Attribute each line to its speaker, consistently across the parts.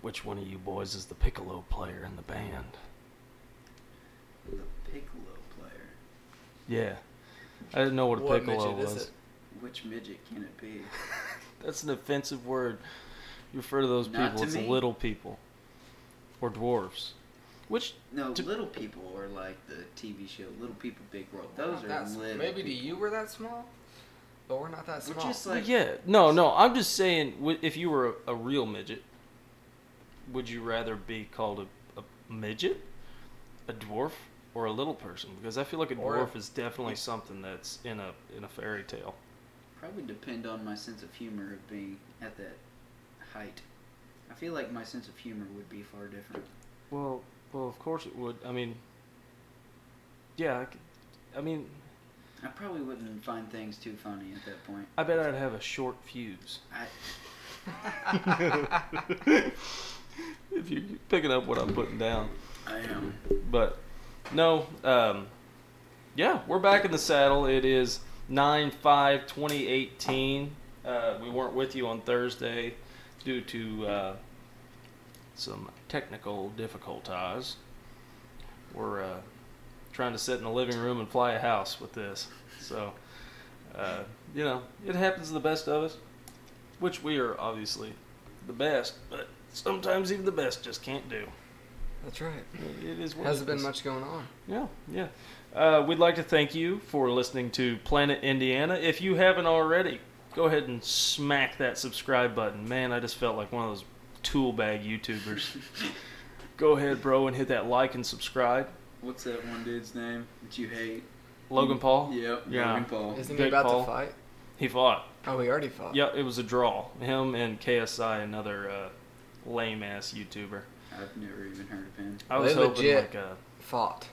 Speaker 1: which one of you boys is the piccolo player in the band?
Speaker 2: The piccolo player.
Speaker 1: Yeah. I didn't know what a
Speaker 3: What
Speaker 1: piccolo
Speaker 3: midget
Speaker 1: was.
Speaker 3: is it?
Speaker 2: Which midget can it be?
Speaker 1: That's an offensive word. You refer to those
Speaker 2: Not
Speaker 1: people
Speaker 2: to
Speaker 1: as
Speaker 2: me.
Speaker 1: little people or dwarves. Which
Speaker 2: No,
Speaker 1: To-
Speaker 2: little people are like the TV show Little People Big World. Those
Speaker 3: We're
Speaker 2: are
Speaker 3: not that small.
Speaker 2: little.
Speaker 3: Maybe to
Speaker 2: people.
Speaker 3: you we're that small, but we're not that
Speaker 2: We're
Speaker 3: small.
Speaker 2: just
Speaker 1: Well,
Speaker 2: like
Speaker 1: yeah, no, no. I'm just saying, wi- if you were a, a real midget, would you rather be called a, a midget, a dwarf, or a little person? Because I feel like a
Speaker 3: Or-
Speaker 1: dwarf is definitely something that's in a in a fairy tale.
Speaker 2: Probably depend on my sense of humor of being at that height. I feel like my sense of humor would be far different.
Speaker 1: Well, well, of course it would. I mean, yeah, I, could- I mean,
Speaker 2: I probably wouldn't find things too funny at that point.
Speaker 1: I bet I'd have a short fuse.
Speaker 2: I
Speaker 1: If you're picking up what I'm putting down.
Speaker 2: I am.
Speaker 1: But no, um, yeah, we're back in the saddle. It is 9 5 2018. Uh, we weren't with you on Thursday due to uh, some technical difficulties. We're uh, trying to sit in the living room and fly a house with this. So, uh, you know, it happens to the best of us, which we are obviously the best, but sometimes even the best just can't do.
Speaker 3: That's right.
Speaker 1: It is what
Speaker 3: Hasn't
Speaker 1: it
Speaker 3: been
Speaker 1: is.
Speaker 3: much going on.
Speaker 1: Yeah, yeah. Uh, we'd like to thank you for listening to Planet Indiana. If you haven't already, go ahead and smack that subscribe button. Man, I just felt like one of those tool bag YouTubers. go ahead, bro, and hit that like and subscribe.
Speaker 2: What's that one dude's name that you hate?
Speaker 1: Logan Paul,
Speaker 2: Yep.
Speaker 1: Yeah.
Speaker 2: Logan Paul.
Speaker 3: Isn't he
Speaker 1: Jake
Speaker 3: about
Speaker 1: Paul.
Speaker 3: to fight?
Speaker 1: he fought.
Speaker 3: Oh, we already fought.
Speaker 1: Yeah, it was a draw. Him and KSI, another uh, lame ass YouTuber.
Speaker 2: I've never even heard of him.
Speaker 1: I was
Speaker 3: They
Speaker 1: hoping
Speaker 3: legit-
Speaker 1: like a
Speaker 3: Fought.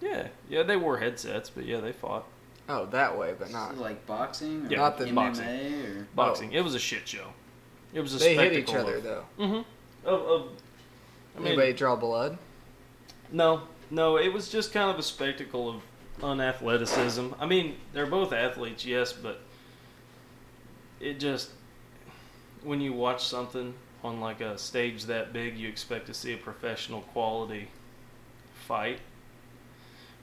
Speaker 1: yeah, yeah. They wore headsets, but yeah, they fought
Speaker 3: Oh, that way, but not.
Speaker 2: Is it like boxing or
Speaker 1: Yeah,
Speaker 3: Not the
Speaker 2: MMA
Speaker 1: boxing.
Speaker 2: or
Speaker 1: boxing. It was a shit show. It was a
Speaker 3: They hit
Speaker 1: spectacle
Speaker 3: each other
Speaker 1: of-
Speaker 3: though.
Speaker 1: Mm-hmm. Of, of, I mean,
Speaker 3: Anybody draw blood?
Speaker 1: no, no. It was just kind of a spectacle of unathleticism. I mean, they're both athletes, yes, but it just when you watch something on like a stage that big, you expect to see a professional quality fight,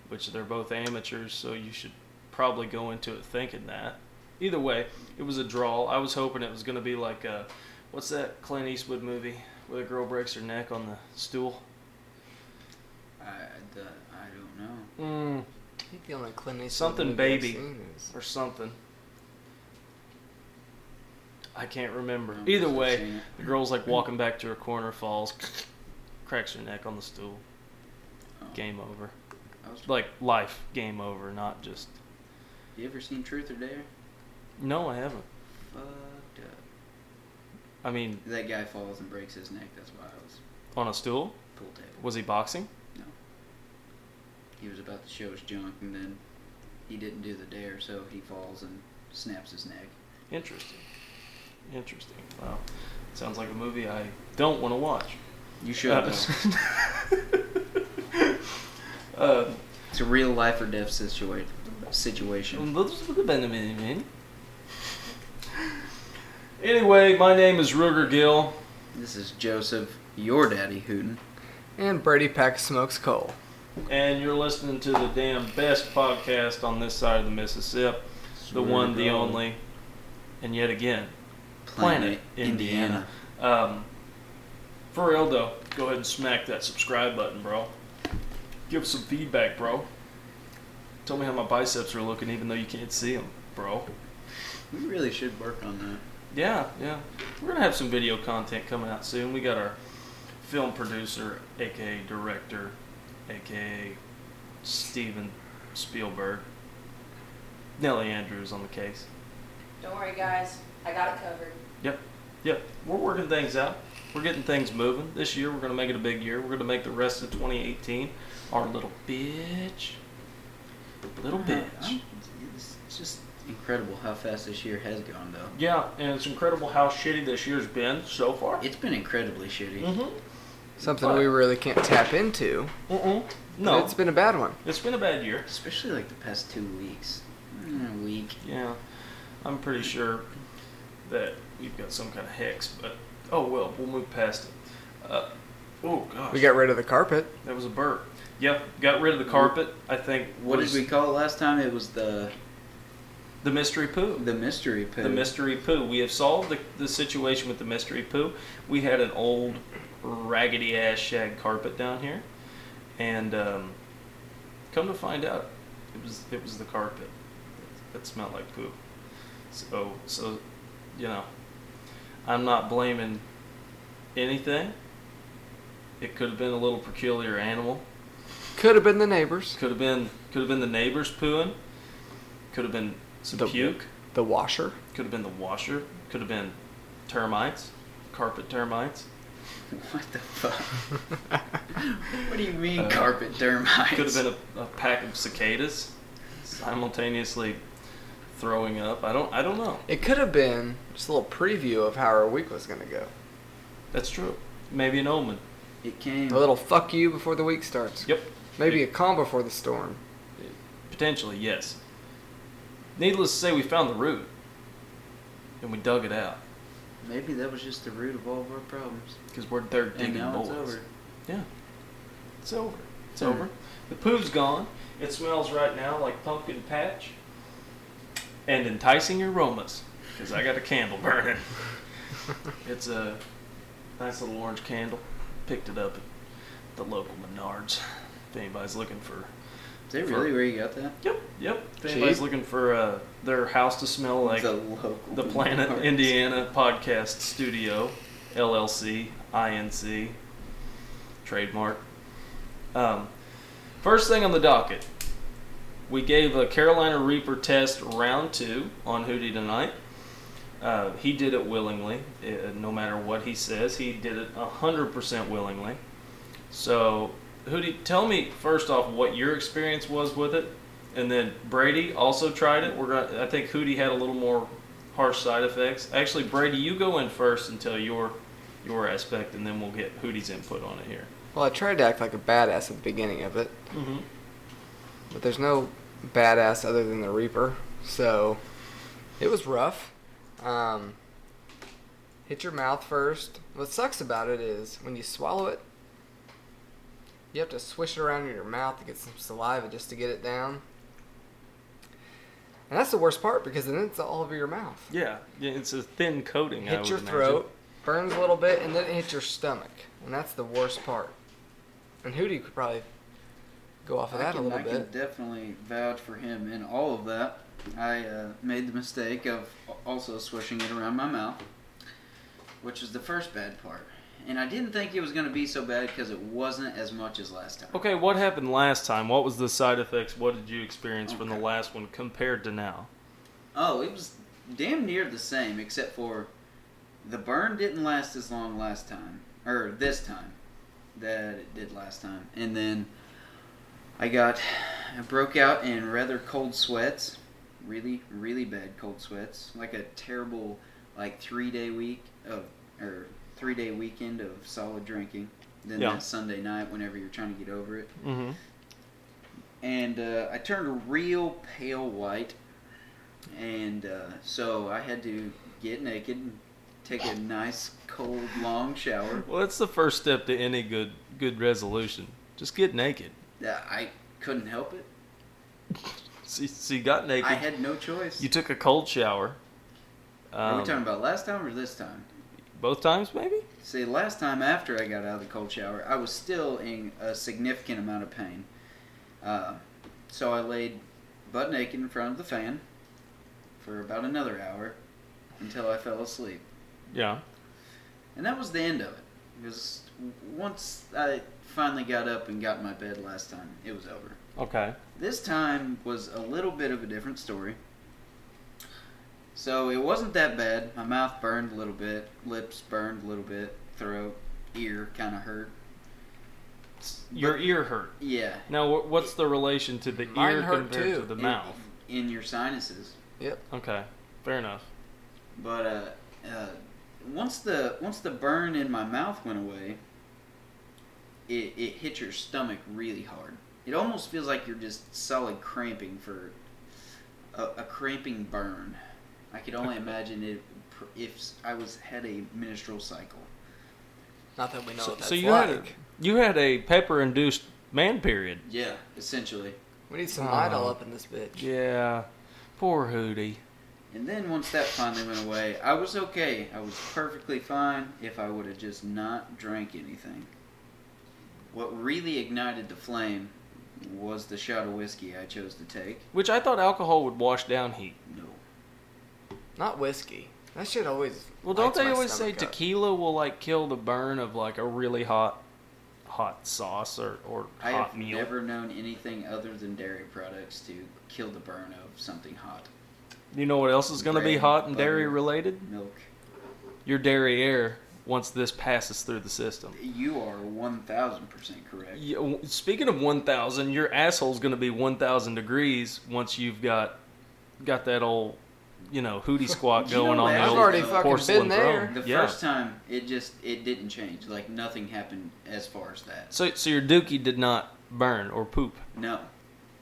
Speaker 1: which they're both amateurs, so you should probably go into it thinking that. Either way, it was a draw. I was hoping it was going to be like a what's that Clint Eastwood movie where the girl breaks her neck on the stool.
Speaker 2: I, I don't- I don't know.
Speaker 1: Mm.
Speaker 3: I think the only Clint Eastwood
Speaker 1: Something
Speaker 3: movie I've
Speaker 1: baby.
Speaker 3: seen is-
Speaker 1: or something. I can't remember.
Speaker 2: I'm
Speaker 1: Either
Speaker 2: just
Speaker 1: way,
Speaker 2: saying it.
Speaker 1: the girl's like walking back to her corner, falls, cracks her neck on the stool.
Speaker 2: Oh,
Speaker 1: Game over.
Speaker 2: I was-
Speaker 1: Like life, game over, not just.
Speaker 2: you ever seen Truth or Dare?
Speaker 1: No, I haven't.
Speaker 2: Fucked up.
Speaker 1: I mean,
Speaker 2: That guy falls and breaks his neck. That's why I was
Speaker 1: on a stool?
Speaker 2: pool table.
Speaker 1: Was he boxing?
Speaker 2: He was about to show his junk, and then he didn't do the dare, so he falls and snaps his neck.
Speaker 1: Interesting. Interesting. Wow. Sounds like a movie I don't want to watch.
Speaker 2: You should. though.
Speaker 1: Uh,
Speaker 2: it's a real life or death situa- situation.
Speaker 1: Um, Anyway, my name is Ruger Gill.
Speaker 2: This is Joseph, your daddy Hooten.
Speaker 3: And Brady Pack smokes coal.
Speaker 1: and you're listening to the damn best podcast on this side of the Mississippi, the one, the only, and yet again, Planet, Indiana. Um, for real though, go ahead and smack that subscribe button, bro. Give some feedback, bro. Tell me how my biceps are looking, even though you can't see them, bro.
Speaker 2: We really should work on that.
Speaker 1: Yeah, yeah. We're gonna have some video content coming out soon. We got our film producer, aka director, aka Steven Spielberg. Nellie Andrews on the case.
Speaker 4: Don't worry, guys. I got it covered.
Speaker 1: Yep, yep. We're working things out. We're getting things moving. This year, we're gonna make it a big year. We're gonna make the rest of 2018 our little bitch, little
Speaker 3: Uh-huh.
Speaker 2: Yeah,
Speaker 1: bitch.
Speaker 2: I'm- It's just incredible how fast this year has gone, though.
Speaker 1: Yeah, and it's incredible how shitty this year's been so far.
Speaker 2: It's been incredibly shitty.
Speaker 1: Mm-hmm.
Speaker 3: Something
Speaker 1: But-
Speaker 3: we really can't tap into.
Speaker 1: Mm-mm.
Speaker 3: but
Speaker 1: No,
Speaker 3: It's been a bad one.
Speaker 1: it's been a bad year.
Speaker 2: Especially like the past two weeks.
Speaker 1: Mm-hmm.
Speaker 2: Mm, a week.
Speaker 1: Yeah, I'm pretty sure that we've got some kind of hex, but oh well, we'll move past it. Uh, oh gosh,
Speaker 3: We got rid of the carpet.
Speaker 1: that was a burp. Yep, got rid of the carpet. I think
Speaker 2: What
Speaker 1: was
Speaker 2: did we call it last time? It was the
Speaker 1: the mystery poo.
Speaker 2: the mystery poo.
Speaker 1: The mystery poo. We have solved the, the situation with the mystery poo. We had an old raggedy ass shag carpet down here, and um, come to find out, it was it was the carpet that smelled like poo. So so, you know, I'm not blaming anything. It could have been a little peculiar animal.
Speaker 3: Could have been the neighbors.
Speaker 1: Could have been could have been the neighbors pooing. Could have been some
Speaker 3: The-
Speaker 1: puke.
Speaker 3: The washer.
Speaker 1: Could have been the washer. Could have been termites, carpet termites.
Speaker 2: What the fuck? what do you mean
Speaker 1: Uh,
Speaker 2: carpet termites?
Speaker 1: Could have been a, a pack of cicadas simultaneously throwing up. I don't. I don't know.
Speaker 3: It could have been just a little preview of how our week was going to go.
Speaker 1: That's true. Maybe an omen.
Speaker 2: It came.
Speaker 3: A little fuck you before the week starts.
Speaker 1: Yep.
Speaker 3: Maybe a
Speaker 1: It-
Speaker 3: calm before the storm.
Speaker 1: potentially yes. Needless to say, we found the root, and we dug it out
Speaker 2: Maybe that was just the root of all of our problems.
Speaker 1: because we're dirt
Speaker 2: And
Speaker 1: digging
Speaker 2: now
Speaker 1: boys.
Speaker 2: it's over.
Speaker 1: Yeah. It's over. It's
Speaker 2: Hmm.
Speaker 1: over. The poo's gone. It smells right now like pumpkin patch and enticing aromas because I got a candle burning. it's a nice little orange candle. Picked it up at the local Menards. If anybody's looking for.
Speaker 2: Is that
Speaker 1: For-
Speaker 2: really where you got that?
Speaker 1: Yep, yep. If anybody's
Speaker 3: Cheap.
Speaker 1: looking for uh, their house to smell like
Speaker 2: the local.
Speaker 1: the Planet
Speaker 2: parts.
Speaker 1: Indiana Podcast Studio, LLC, INC, trademark. Um, first thing on the docket, we gave a Carolina Reaper test round two on Hootie tonight. Uh, he did it willingly, uh, no matter what he says. He did it 100% willingly. So, Hootie, tell me first off what your experience was with it, and then Brady also tried it. We're gonna, I think Hootie had a little more harsh side effects. Actually, Brady, you go in first and tell your your aspect, and then we'll get Hootie's input on it here.
Speaker 3: Well, I tried to act like a badass at the beginning of it,
Speaker 1: Mm-hmm.
Speaker 3: but there's no badass other than the Reaper. So it was rough. Um, hit your mouth first. What sucks about it is when you swallow it, you have to swish it around in your mouth to get some saliva just to get it down. And that's the worst part because then it's all over your mouth.
Speaker 1: Yeah, yeah, it's a thin coating. I
Speaker 3: hit
Speaker 1: would
Speaker 3: your
Speaker 1: imagine.
Speaker 3: throat, burns a little bit, and then it hits your stomach, and that's the worst part. And Hootie could probably go off of
Speaker 2: I
Speaker 3: that
Speaker 2: can,
Speaker 3: a little
Speaker 2: I
Speaker 3: bit.
Speaker 2: can definitely vouch for him in all of that. I uh, made the mistake of also swishing it around my mouth, which is the first bad part. And I didn't think it was going to be so bad because it wasn't as much as last time.
Speaker 1: Okay, what happened last time? What was the side effects? What did you experience from the
Speaker 2: Okay.
Speaker 1: last one compared to now?
Speaker 2: Oh, it was damn near the same, except for the burn didn't last as long last time, or this time, that it did last time. And then I got, I broke out in rather cold sweats, really, really bad cold sweats, like a terrible, like three day week of, or three day weekend of solid drinking. Then
Speaker 1: Yeah.
Speaker 2: that Sunday night, whenever you're trying to get over it
Speaker 1: Mm-hmm.
Speaker 2: and uh, I turned real pale white, and uh, so I had to get naked, and take a nice cold long shower.
Speaker 1: Well, that's the first step to any good good resolution. Just get naked.
Speaker 2: Uh, I couldn't help it.
Speaker 1: So, so you got naked.
Speaker 2: I had no choice.
Speaker 1: you took a cold shower.
Speaker 2: Are we
Speaker 1: Um,
Speaker 2: talking about last time or this time?
Speaker 1: both times, maybe.
Speaker 2: See, last time after I got out of the cold shower, I was still in a significant amount of pain. Uh, so I laid butt naked in front of the fan for about another hour until I fell asleep.
Speaker 1: Yeah.
Speaker 2: And that was the end of it. Because once I finally got up and got in my bed last time, it was over.
Speaker 1: Okay.
Speaker 2: This time was a little bit of a different story. So it wasn't that bad. My mouth burned a little bit, lips burned a little bit, throat, ear kind of hurt.
Speaker 1: Your ear hurt.
Speaker 2: Yeah.
Speaker 1: Now, wh- what's the relation to the
Speaker 3: Mine
Speaker 1: ear
Speaker 3: hurt
Speaker 1: compared
Speaker 3: too.
Speaker 1: to the
Speaker 2: in-
Speaker 1: mouth?
Speaker 2: In your sinuses.
Speaker 3: Yep.
Speaker 1: Okay, fair enough.
Speaker 2: But uh, uh, once the once the burn in my mouth went away, it, it hit your stomach really hard. It almost feels like you're just solid cramping for a, a cramping burn. I could only imagine it pr- if I was had a menstrual cycle.
Speaker 3: Not that we know
Speaker 1: So,
Speaker 3: what that's
Speaker 1: so you
Speaker 3: like.
Speaker 1: had a, you had a pepper induced man period.
Speaker 2: Yeah, essentially.
Speaker 3: we need some
Speaker 1: Oh.
Speaker 3: Lidl up in this bitch.
Speaker 1: Yeah, poor Hootie.
Speaker 2: And then once that finally went away, I was okay. I was perfectly fine if I would have just not drank anything. What really ignited the flame was the shot of whiskey I chose to take.
Speaker 1: Which I thought alcohol would wash down heat.
Speaker 2: No.
Speaker 3: Not whiskey. That shit always.
Speaker 1: Well, don't
Speaker 3: lights
Speaker 1: they
Speaker 3: my
Speaker 1: always say
Speaker 3: stomach up.
Speaker 1: tequila will like kill the burn of like a really hot, hot sauce or or
Speaker 2: I
Speaker 1: hot
Speaker 2: have
Speaker 1: meal?
Speaker 2: never known anything other than dairy products to kill the burn of something hot.
Speaker 1: You know what else is going to be
Speaker 2: Bread,
Speaker 1: hot and dairy
Speaker 2: butter.
Speaker 1: related?
Speaker 2: Milk.
Speaker 1: Your dairy air once this passes through the system.
Speaker 2: You are 1000% correct.
Speaker 1: Yeah, w- Speaking of 1,000, your asshole's going to be 1,000 degrees once you've got got that old, you know, hootie squat
Speaker 2: You know
Speaker 1: going on
Speaker 2: what?
Speaker 1: the
Speaker 2: I've
Speaker 1: old
Speaker 2: already fucking
Speaker 1: porcelain
Speaker 3: been there.
Speaker 1: throne.
Speaker 2: The
Speaker 1: yeah.
Speaker 2: first time, it just it didn't change. Like nothing happened as far as that.
Speaker 1: So, so your dookie did not burn or poop.
Speaker 2: No,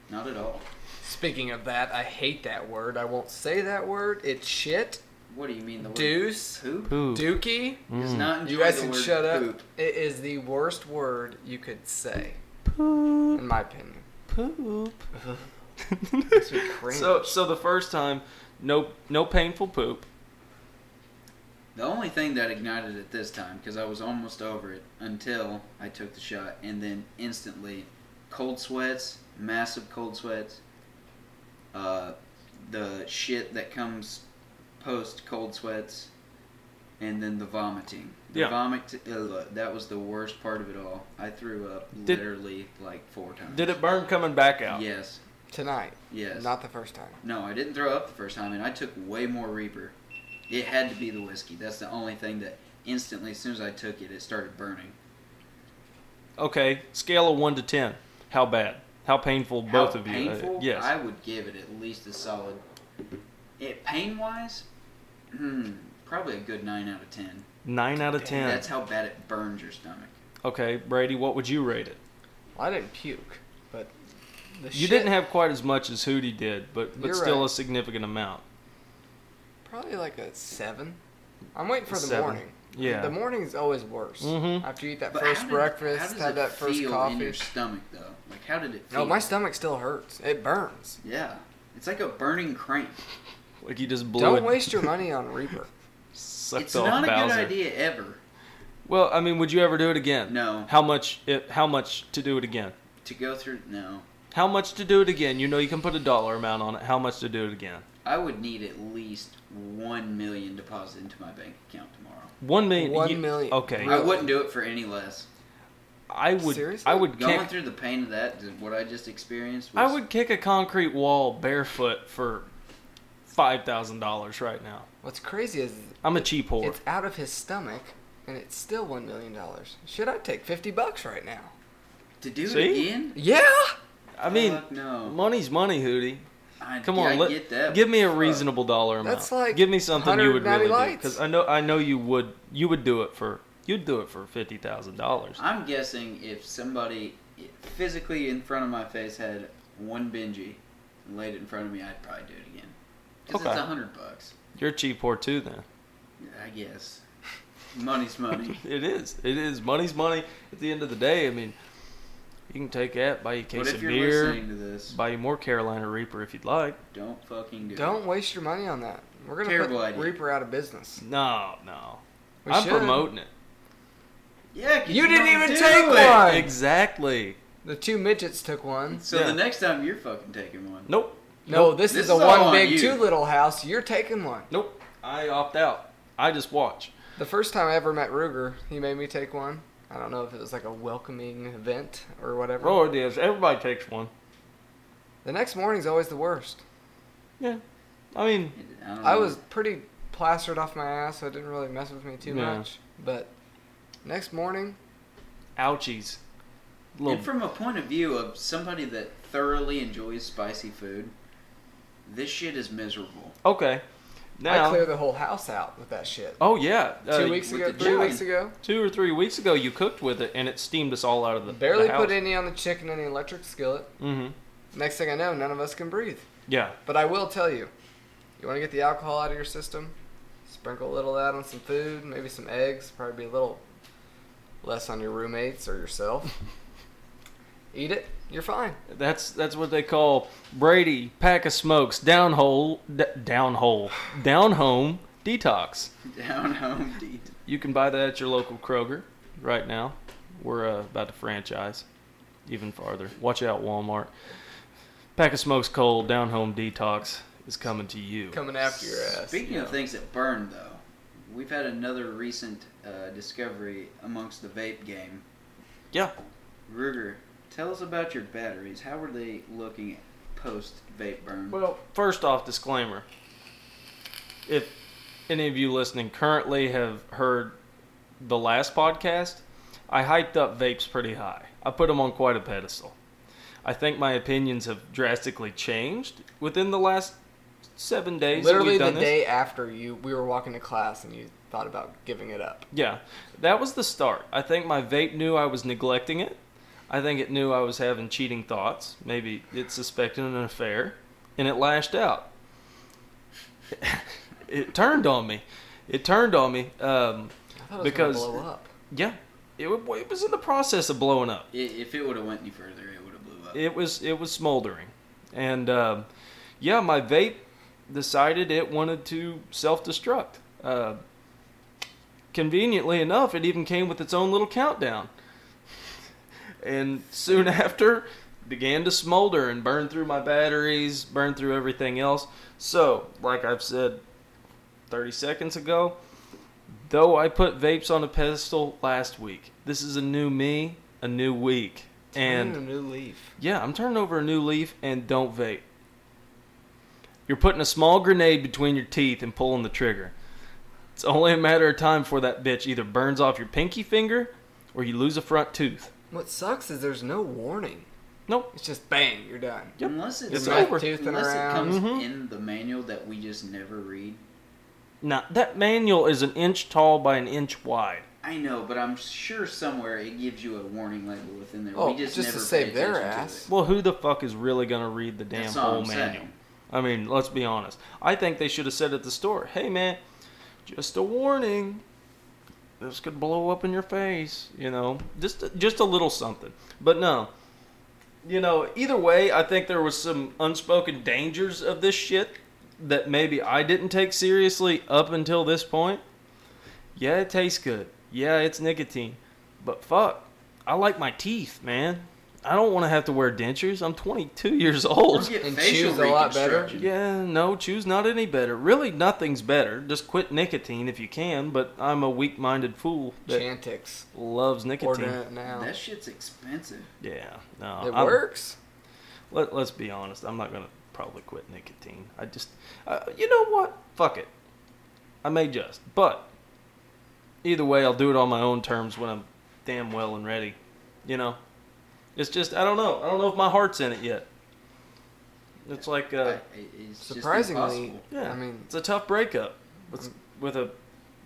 Speaker 2: not at all.
Speaker 3: Speaking of that, I hate that word. I won't say that word. It's shit.
Speaker 2: What do you mean the word
Speaker 3: Deuce.
Speaker 2: poop?
Speaker 1: Poop.
Speaker 3: Dookie.
Speaker 2: Does
Speaker 1: Mm.
Speaker 2: not enjoy
Speaker 3: You guys
Speaker 2: the
Speaker 3: can
Speaker 2: word
Speaker 3: shut up.
Speaker 2: poop.
Speaker 3: It is the worst word you could say,
Speaker 1: Poop.
Speaker 3: in my opinion.
Speaker 1: Poop.
Speaker 3: Makes me cringe.
Speaker 1: so, so the first time, no, no painful poop.
Speaker 2: The only thing that ignited it this time, because I was almost over it until I took the shot, and then instantly, cold sweats, massive cold sweats, uh, the shit that comes post cold sweats, and then the vomiting. The
Speaker 1: Yeah.
Speaker 2: vomit, uh, that was the worst part of it all. I threw up
Speaker 1: Did-
Speaker 2: literally like four times.
Speaker 1: Did it burn coming back out?
Speaker 2: Yes.
Speaker 3: Tonight,
Speaker 2: Yes.
Speaker 3: not the first time.
Speaker 2: No, I didn't throw up the first time, and I took way more Reaper. It had to be the whiskey. That's the only thing that instantly, as soon as I took it, it started burning.
Speaker 1: Okay, scale of one to ten. How bad? How painful
Speaker 2: How
Speaker 1: both of you? uh,
Speaker 2: painful?
Speaker 1: yes.
Speaker 2: I would give it at least a solid. It pain wise, hmm, probably a good nine out of ten.
Speaker 1: Nine out of ten.
Speaker 2: That's how bad it burns your stomach.
Speaker 1: Okay, Brady, what would you rate it?
Speaker 3: Well, I didn't puke, but the
Speaker 1: You didn't have quite as much as Hootie did, but but
Speaker 3: You're
Speaker 1: still
Speaker 3: right.
Speaker 1: a significant amount.
Speaker 3: probably like a seven. I'm waiting for the
Speaker 1: Seven.
Speaker 3: morning.
Speaker 1: Yeah.
Speaker 3: The morning is always worse.
Speaker 1: Mhm.
Speaker 3: After you eat that
Speaker 2: But
Speaker 3: first
Speaker 2: how did- how
Speaker 3: breakfast,
Speaker 2: does
Speaker 3: have
Speaker 2: it
Speaker 3: that first
Speaker 2: feel in
Speaker 3: coffee.
Speaker 2: your stomach though? Like how did it feel?
Speaker 3: No, Oh, my stomach still hurts. It burns.
Speaker 2: Yeah, it's like a burning cramp.
Speaker 1: Like you just blew
Speaker 3: Don't
Speaker 1: it.
Speaker 3: waste your money on Reaper.
Speaker 1: Sucked
Speaker 2: it's
Speaker 1: off
Speaker 2: not a
Speaker 1: Bowser.
Speaker 2: good idea ever
Speaker 1: Well, I mean, would you ever do it again?
Speaker 2: No.
Speaker 1: How much? It, how much to do it again?
Speaker 2: to go through. No,
Speaker 1: How much to do it again? You know, you can put a dollar amount on it. How much to do it again?
Speaker 2: I would need at least one million deposit into my bank account tomorrow.
Speaker 1: One million.
Speaker 3: One
Speaker 1: you-
Speaker 3: million.
Speaker 1: Okay.
Speaker 3: Really?
Speaker 2: I wouldn't do it for any less.
Speaker 1: I would.
Speaker 3: Seriously?
Speaker 1: I would
Speaker 2: Going
Speaker 1: kick.
Speaker 2: through the pain of that, th- what I just experienced. Was,
Speaker 1: I would kick a concrete wall barefoot for five thousand dollars right now.
Speaker 3: What's crazy is
Speaker 1: I'm a cheap whore.
Speaker 3: it's out of his stomach, and it's still one million dollars. Should I take fifty bucks right now?
Speaker 2: to do it
Speaker 1: See?
Speaker 2: again.
Speaker 3: Yeah.
Speaker 1: I mean,
Speaker 2: Fuck no.
Speaker 1: money's money, Hootie.
Speaker 2: I,
Speaker 1: Come
Speaker 2: uh, yeah,
Speaker 1: on,
Speaker 2: I
Speaker 1: let-
Speaker 2: get that.
Speaker 1: give me a
Speaker 2: Fuck.
Speaker 1: reasonable dollar amount.
Speaker 3: That's like
Speaker 1: give me something you would
Speaker 3: 190
Speaker 1: really do
Speaker 3: lights.
Speaker 1: because I know I know you would you would do it for you'd do it for fifty thousand dollars.
Speaker 2: I'm guessing if somebody physically in front of my face had one Benji and laid it in front of me, I'd probably do it again. Because
Speaker 1: Okay.
Speaker 2: it's a hundred bucks,
Speaker 1: You're a cheap whore too, then.
Speaker 2: I guess. Money's money.
Speaker 1: it is. It is. Money's money. At the end of the day, I mean, you can take that, buy you a
Speaker 2: what
Speaker 1: case
Speaker 2: if
Speaker 1: of
Speaker 2: you're
Speaker 1: beer,
Speaker 2: listening to this?
Speaker 1: buy you more Carolina Reaper if you'd like.
Speaker 2: Don't fucking do
Speaker 3: Don't
Speaker 2: it.
Speaker 3: waste your money on that. We're gonna
Speaker 2: Terrible
Speaker 3: put
Speaker 2: idea.
Speaker 3: Reaper out of business.
Speaker 1: No, no.
Speaker 3: We
Speaker 1: I'm
Speaker 3: should.
Speaker 1: promoting it.
Speaker 2: Yeah, 'cause
Speaker 3: You didn't
Speaker 2: don't
Speaker 3: even
Speaker 2: do
Speaker 3: take
Speaker 2: it.
Speaker 3: one. Fine.
Speaker 1: Exactly.
Speaker 3: The two midgets took one.
Speaker 2: So
Speaker 1: Yeah.
Speaker 2: the next time you're fucking taking one.
Speaker 1: Nope.
Speaker 3: No,
Speaker 1: Nope.
Speaker 3: this,
Speaker 2: This
Speaker 3: is a
Speaker 2: is all
Speaker 3: one
Speaker 2: on
Speaker 3: big,
Speaker 2: you.
Speaker 3: two little house. You're taking one.
Speaker 1: Nope. I opt out. I just watch.
Speaker 3: The first time I ever met Ruger, he made me take one. I don't know if it was like a welcoming event or whatever.
Speaker 1: Oh, it is. Everybody takes one.
Speaker 3: The next morning's always the worst.
Speaker 1: Yeah. I mean,
Speaker 2: I, don't
Speaker 3: I
Speaker 1: Um,
Speaker 2: know.
Speaker 3: was pretty plastered off my ass, so it didn't really mess with me too
Speaker 1: Yeah.
Speaker 3: much. But next morning,
Speaker 1: ouchies. Little,
Speaker 2: And from a point of view of somebody that thoroughly enjoys spicy food, this shit is miserable.
Speaker 1: okay.
Speaker 3: I
Speaker 1: Now.
Speaker 3: cleared the whole house out with that shit.
Speaker 1: oh yeah.
Speaker 3: Two weeks
Speaker 2: with
Speaker 3: ago,
Speaker 2: the
Speaker 3: three
Speaker 2: chicken.
Speaker 3: weeks ago,
Speaker 1: Two or three weeks ago, you cooked with it, and it steamed us all out of the
Speaker 3: barely
Speaker 1: the
Speaker 3: put any on the chicken in the electric skillet.
Speaker 1: Mm-hmm.
Speaker 3: Next thing I know, none of us can breathe.
Speaker 1: Yeah.
Speaker 3: But I will tell you, you want to get the alcohol out of your system, sprinkle a little of that on some food, maybe some eggs, probably be a little less on your roommates or yourself. Eat it, you're fine.
Speaker 1: That's that's what they call Brady pack of smokes down hole d- down hole down home detox.
Speaker 2: Down home deep.
Speaker 1: You can buy that at your local Kroger right now. We're uh, about to franchise even farther. Watch out, Walmart. Pack of smokes cold down home detox is coming to you.
Speaker 3: Coming after your ass.
Speaker 2: Speaking of
Speaker 1: yeah.
Speaker 2: things that burn, though, we've had another recent uh, discovery amongst the vape game.
Speaker 1: Yeah.
Speaker 2: Ruger, tell us about your batteries. How were they looking post vape burn?
Speaker 1: Well, first off, disclaimer. If any of you listening currently have heard the last podcast, I hyped up vapes pretty high. I put them on quite a pedestal. I think my opinions have drastically changed within the last seven days. that
Speaker 3: Literally
Speaker 1: we've
Speaker 3: the
Speaker 1: done this.
Speaker 3: day after you, we were walking to class and you thought about giving it up.
Speaker 1: Yeah, that was the start. I think my vape knew I was neglecting it. I think it knew I was having cheating thoughts. Maybe it suspected an affair, and it lashed out. it turned on me. It turned on me. Um,
Speaker 3: I thought it was
Speaker 1: Because-
Speaker 3: gonna blow up.
Speaker 1: yeah, it, wa- it was in the process of blowing up.
Speaker 2: I- if it would have went any further, it would have blew up.
Speaker 1: It was it was smoldering, and um, yeah, my vape decided it wanted to self destruct. Uh, conveniently enough, it even came with its own little countdown, and soon after began to smolder and burn through my batteries, burn through everything else. So, like I've said 30 seconds ago, though I put vapes on a pedestal last week, this is a new me, a new week. And
Speaker 3: Ooh, new leaf.
Speaker 1: yeah, I'm turning over a new leaf and don't vape. You're putting a small grenade between your teeth and pulling the trigger. It's only a matter of time before that bitch either burns off your pinky finger or you lose a front tooth.
Speaker 3: What sucks is there's no warning.
Speaker 1: Nope.
Speaker 3: It's just bang, you're done.
Speaker 1: Yep.
Speaker 2: Unless it's,
Speaker 1: It's
Speaker 3: You're not
Speaker 1: over.
Speaker 3: toothing
Speaker 2: unless it
Speaker 3: around.
Speaker 2: comes
Speaker 1: Mhm.
Speaker 2: in the manual that we just never read.
Speaker 1: Now, that manual is an inch tall by an inch wide.
Speaker 2: I know, but I'm sure somewhere it gives you a warning label within there.
Speaker 3: Oh,
Speaker 2: we just,
Speaker 3: just to
Speaker 2: never pay
Speaker 3: save their
Speaker 2: attention to
Speaker 3: ass.
Speaker 2: it.
Speaker 1: Well, who the fuck is really going to read the damn
Speaker 2: That's all
Speaker 1: whole
Speaker 2: I'm
Speaker 1: manual?
Speaker 2: saying.
Speaker 1: I mean, let's be honest. I think they should have said at the store, "Hey, man, just a warning. This could blow up in your face." You know, just just a little something. But no, you know. Either way, I think there was some unspoken dangers of this shit that maybe I didn't take seriously up until this point. Yeah, it tastes good. Yeah, it's nicotine. But fuck, I like my teeth, man. I don't want to have to wear dentures. I'm 22 years
Speaker 2: Or
Speaker 1: old.
Speaker 2: get
Speaker 3: And
Speaker 2: facial
Speaker 3: choose a lot better.
Speaker 2: reconstruction.
Speaker 1: Yeah, no, choose not any better. Really, nothing's better. Just quit nicotine if you can, but I'm a weak minded fool that
Speaker 3: Chantix.
Speaker 1: loves
Speaker 3: Ordering
Speaker 1: nicotine.
Speaker 3: it now.
Speaker 2: That shit's expensive.
Speaker 1: Yeah, no.
Speaker 3: It
Speaker 1: I'm-
Speaker 3: works.
Speaker 1: Let, let's be honest. I'm not going to probably quit nicotine. I just, uh, you know what? Fuck it. I may just. But either way, I'll do it on my own terms when I'm damn well and ready. You know? It's just, I don't know. I don't know if my heart's in it yet. It's like,
Speaker 2: I-
Speaker 1: uh,
Speaker 2: it- it's just
Speaker 3: Surprisingly,
Speaker 2: impossible.
Speaker 1: Yeah,
Speaker 3: I mean,
Speaker 1: it's a tough breakup with, with a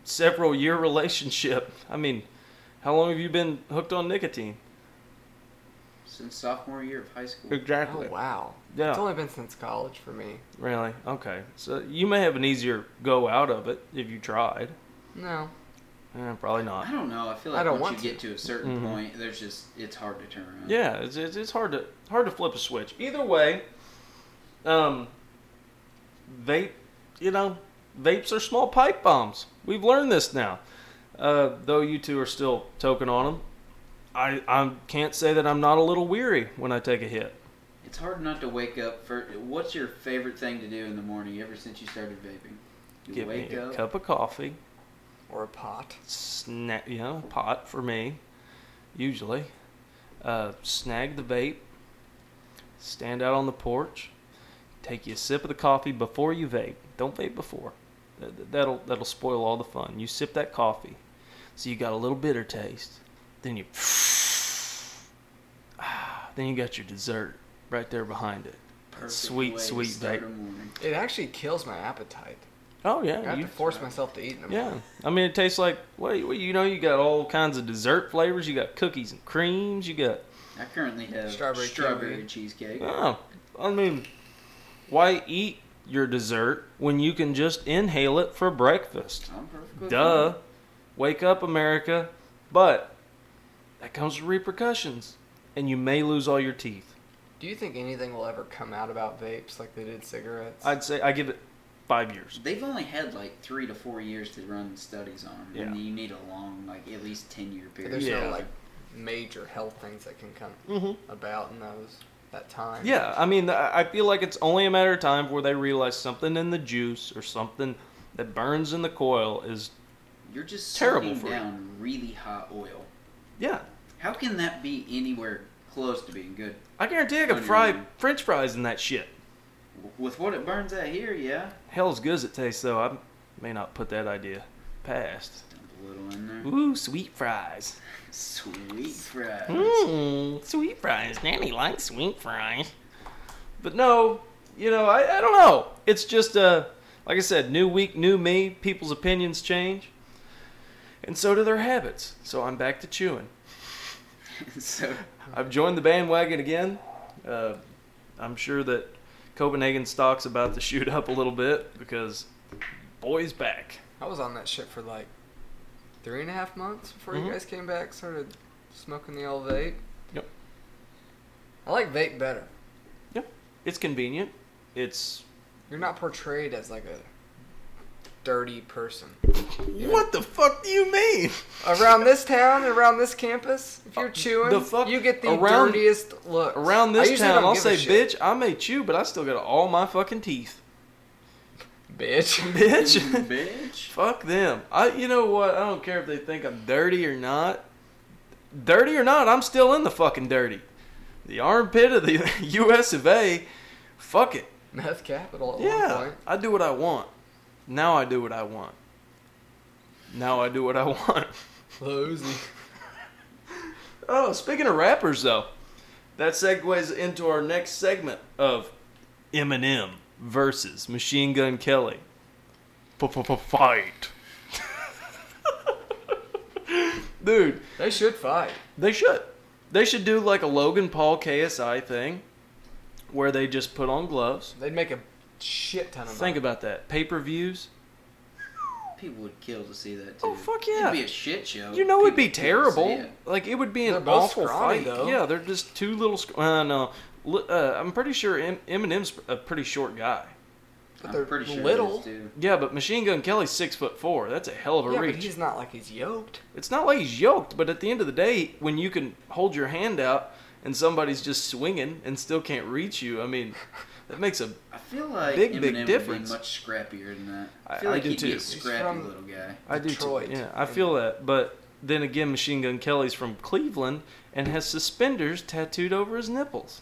Speaker 1: several year relationship. I mean, how long have you been hooked on nicotine?
Speaker 2: since sophomore year of high school.
Speaker 1: Exactly.
Speaker 3: oh wow.
Speaker 1: Yeah.
Speaker 3: It's only been since college for me.
Speaker 1: Really? Okay. So you may have an easier go out of it if you tried.
Speaker 3: No.
Speaker 1: Eh, probably
Speaker 2: I
Speaker 1: not.
Speaker 2: don't know. I feel like
Speaker 3: I don't
Speaker 2: once you
Speaker 3: want
Speaker 2: get to a certain
Speaker 1: Mhm.
Speaker 2: point, there's just it's hard to turn around.
Speaker 1: Yeah, it's, it's, it's hard to hard to flip a switch. Either way, um, vape, you know, vapes are small pipe bombs. We've learned this now. Uh, though you two are still token on them, I I can't say that I'm not a little weary when I take a hit.
Speaker 2: It's hard not to wake up for. What's your favorite thing to do in the morning ever since you started vaping? You
Speaker 1: Give
Speaker 2: wake
Speaker 1: me a
Speaker 2: up.
Speaker 1: cup of coffee,
Speaker 3: Or a pot.
Speaker 1: snack, you know, pot for me, usually. Uh, snag the vape, stand out on the porch, take you a sip of the coffee before you vape. Don't vape before. That- that- That'll that'll spoil all the fun. You sip that coffee, so you got a little bitter taste. Then you, ah, then you got your dessert right there behind it.
Speaker 2: Perfect
Speaker 1: sweet,
Speaker 2: way to
Speaker 1: sweet
Speaker 2: start
Speaker 1: vape.
Speaker 2: a morning.
Speaker 3: It actually kills my appetite.
Speaker 1: Oh
Speaker 3: I
Speaker 1: yeah,
Speaker 3: have
Speaker 1: you
Speaker 3: to force myself to eat them.
Speaker 1: Yeah, I mean, it tastes like what well, you know. You got all kinds of dessert flavors. You got cookies and creams. You got
Speaker 2: I currently have strawberry,
Speaker 3: Strawberry
Speaker 2: cheesecake.
Speaker 1: oh, I mean, why eat your dessert when you can just inhale it for breakfast?
Speaker 2: I'm perfect with
Speaker 1: Duh.
Speaker 2: that.
Speaker 1: Wake up, America. But that comes with repercussions, and you may lose all your teeth.
Speaker 3: Do you think anything will ever come out about vapes like they did cigarettes?
Speaker 1: I'd say I give it five years.
Speaker 2: They've only had like three to four years to run studies on them, and
Speaker 1: Yeah.
Speaker 2: you need a long, like at least ten year
Speaker 3: But
Speaker 2: period.
Speaker 3: there's
Speaker 1: Yeah.
Speaker 3: no like major health things that can come
Speaker 1: Mm-hmm.
Speaker 3: about in those that time.
Speaker 1: Yeah, I mean, I I feel like it's only a matter of time before they realize something in the juice or something that burns in the coil is,
Speaker 2: You're just
Speaker 1: Terrible
Speaker 2: soaking
Speaker 1: for you.
Speaker 2: down really hot oil.
Speaker 1: yeah.
Speaker 2: How can that be anywhere close to being good?
Speaker 1: I guarantee I could
Speaker 2: Onion
Speaker 1: fry
Speaker 2: ring.
Speaker 1: French fries in that shit.
Speaker 2: With what it burns out here, yeah.
Speaker 1: Hell as good as it tastes, though. I may not put that idea past.
Speaker 2: Dump a little in there.
Speaker 1: Ooh, sweet fries.
Speaker 2: Sweet fries.
Speaker 1: Mmm, sweet fries. Nanny likes sweet fries. But no, you know, I, I don't know. It's just, uh, like I said, new week, new me. People's opinions change. And so do their habits. So I'm back to chewing.
Speaker 2: so
Speaker 1: I've joined the bandwagon again. Uh, I'm sure that Copenhagen stock's about to shoot up a little bit because boy's back.
Speaker 3: I was on that shit for like three and a half months before
Speaker 1: Mhm.
Speaker 3: you guys came back, started smoking the old vape.
Speaker 1: Yep.
Speaker 3: I like vape better.
Speaker 1: It's convenient. It's
Speaker 3: You're not portrayed as like a dirty person.
Speaker 1: what the fuck do you mean?
Speaker 3: Around this town, around this campus, if you're chewing,
Speaker 1: Uh, the fuck-
Speaker 3: you get the
Speaker 1: around-
Speaker 3: dirtiest look.
Speaker 1: Around this town, I'll say, "Bitch, I may chew, but I still got all my fucking teeth."
Speaker 3: bitch."
Speaker 1: Bitch,
Speaker 2: mm, bitch.
Speaker 1: fuck them. I, you know what? I don't care if they think I'm dirty or not. Dirty or not, I'm still in the fucking dirty. The armpit of the U.S. of A. Fuck it.
Speaker 3: Meth capital at one
Speaker 1: Yeah,
Speaker 3: point.
Speaker 1: I do what I want. Now I do what I want. Now I do what I want.
Speaker 3: Lousy.
Speaker 1: Oh, speaking of rappers, though, that segues into our next segment of Eminem versus Machine Gun Kelly. Fight. Dude,
Speaker 3: They should fight.
Speaker 1: they should. They should do like a Logan Paul KSI thing where they just put on gloves.
Speaker 3: They'd make a shit ton of money.
Speaker 1: Think about that. Pay per views.
Speaker 2: People would kill to see that too.
Speaker 1: Oh, fuck yeah.
Speaker 2: It'd be a shit show.
Speaker 1: You know, it'd
Speaker 2: People
Speaker 1: be
Speaker 2: would kill to see
Speaker 1: terrible.
Speaker 2: it.
Speaker 1: Like it would be an
Speaker 3: They're both
Speaker 1: awful
Speaker 3: scrawny,
Speaker 1: fight.
Speaker 3: though.
Speaker 1: Yeah, they're just two little. Sc- uh, no, L- uh, I'm pretty sure em- Eminem's a pretty short guy.
Speaker 3: But
Speaker 2: I'm
Speaker 3: they're
Speaker 2: pretty sure it
Speaker 3: little.
Speaker 2: is, too.
Speaker 1: Yeah, but Machine Gun Kelly's six foot four. That's a hell of a
Speaker 3: yeah, but
Speaker 1: reach.
Speaker 3: he's not like he's yoked.
Speaker 1: It's not like he's yoked, but at the end of the day, when you can hold your hand out and somebody's just swinging and still can't reach you, I mean, that makes a.
Speaker 2: I feel like
Speaker 1: Big,
Speaker 2: Eminem
Speaker 1: big
Speaker 2: would
Speaker 1: difference.
Speaker 2: be much scrappier than that.
Speaker 1: I-
Speaker 2: I feel
Speaker 1: I
Speaker 2: like
Speaker 1: do
Speaker 2: he'd be
Speaker 1: too.
Speaker 2: a
Speaker 1: He's um,
Speaker 2: scrappy
Speaker 3: from-
Speaker 2: little guy.
Speaker 1: I do too.
Speaker 3: Detroit.
Speaker 1: Yeah, I feel that, but then again, Machine Gun Kelly's from Cleveland and has suspenders tattooed over his nipples.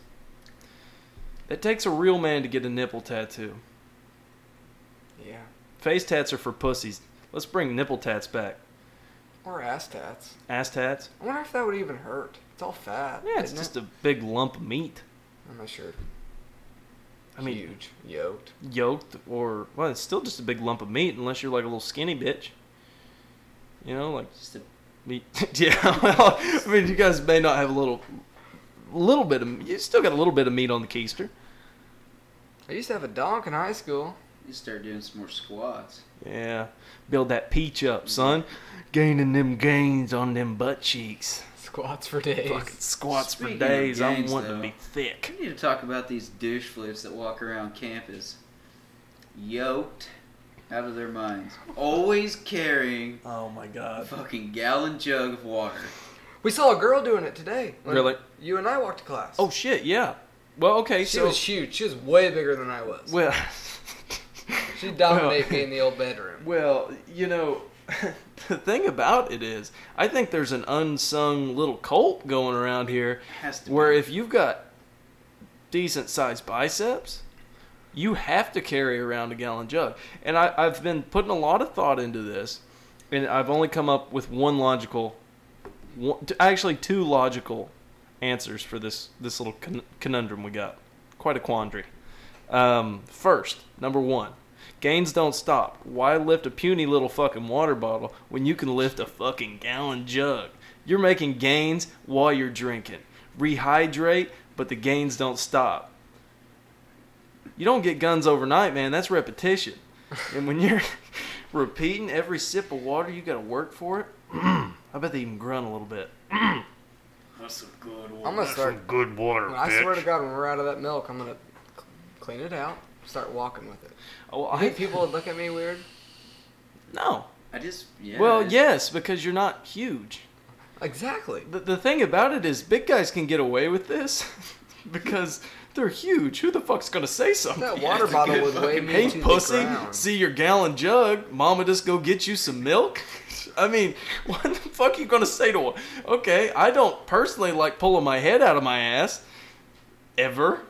Speaker 1: It takes a real man to get a nipple tattoo.
Speaker 3: Yeah.
Speaker 1: Face tats are for pussies. Let's bring nipple tats back.
Speaker 3: Or ass tats.
Speaker 1: Ass tats?
Speaker 3: I wonder if that would even hurt. It's all fat.
Speaker 1: Yeah, it's
Speaker 3: isn't
Speaker 1: just
Speaker 3: it?
Speaker 1: a big lump of meat.
Speaker 3: I'm not sure.
Speaker 1: I mean,
Speaker 3: huge, yoked.
Speaker 1: yoked or well, it's still just a big lump of meat unless you're like a little skinny bitch. You know, like
Speaker 2: Just a
Speaker 1: meat. yeah, well, I mean, you guys may not have a little, little bit of. You still got a little bit of meat on the keister.
Speaker 3: I used to have a donk in high school.
Speaker 2: You start doing some more squats.
Speaker 1: Yeah, build that peach up, son. Gaining them gains on them butt cheeks.
Speaker 3: Squats for days.
Speaker 1: Fucking squats
Speaker 2: Speaking
Speaker 1: for
Speaker 2: of
Speaker 1: days.
Speaker 2: gains,
Speaker 1: I'm wanting
Speaker 2: though,
Speaker 1: to be thick.
Speaker 2: We need to talk about these douche flips that walk around campus, yoked out of their minds, always carrying
Speaker 1: Oh my
Speaker 2: a
Speaker 1: god.
Speaker 2: fucking gallon jug of water.
Speaker 3: We saw a girl doing it today. when
Speaker 1: Really?
Speaker 3: You and I walked to class.
Speaker 1: Oh shit. Yeah. Well, okay.
Speaker 3: she
Speaker 1: so
Speaker 3: was huge. She was way bigger than I was.
Speaker 1: well.
Speaker 3: she dominated
Speaker 1: well-
Speaker 3: me in the old bedroom.
Speaker 1: Well, you know, the thing about it is, I think there's an unsung little cult going around here
Speaker 2: Has to
Speaker 1: where
Speaker 2: be.
Speaker 1: if you've got decent sized biceps, you have to carry around a gallon jug. And I, I've been putting a lot of thought into this, and I've only come up with one logical, one, t- actually, two logical answers for this, this little con- conundrum we got. Quite a quandary. Um, first, number one, gains don't stop. Why lift a puny little fucking water bottle when you can lift a fucking gallon jug? You're making gains while you're drinking. Rehydrate, but the gains don't stop. You don't get guns overnight, man. That's repetition. And when you're repeating every sip of water, you got to work for it. I bet they even grunt a little bit. That's some good water.
Speaker 3: I'm gonna
Speaker 5: That's
Speaker 3: start.
Speaker 5: some good water,
Speaker 3: I
Speaker 5: bitch.
Speaker 3: swear to God, when we're out of that milk, I'm gonna cl- clean it out. Start walking with it.
Speaker 1: Oh,
Speaker 3: I
Speaker 1: I
Speaker 3: think people would look at me weird.
Speaker 1: no.
Speaker 2: I just yeah.
Speaker 1: Well, yes, because you're not huge.
Speaker 3: Exactly.
Speaker 1: The, the thing about it is, big guys can get away with this because they're huge. Who the fuck's gonna say something?
Speaker 3: That water bottle would weigh me
Speaker 1: Hey,
Speaker 3: to the
Speaker 1: pussy,
Speaker 3: ground.
Speaker 1: see your gallon jug. Mama just go get you some milk. I mean, what the fuck you gonna say to her? Okay, I don't personally like pulling my head out of my ass. Ever.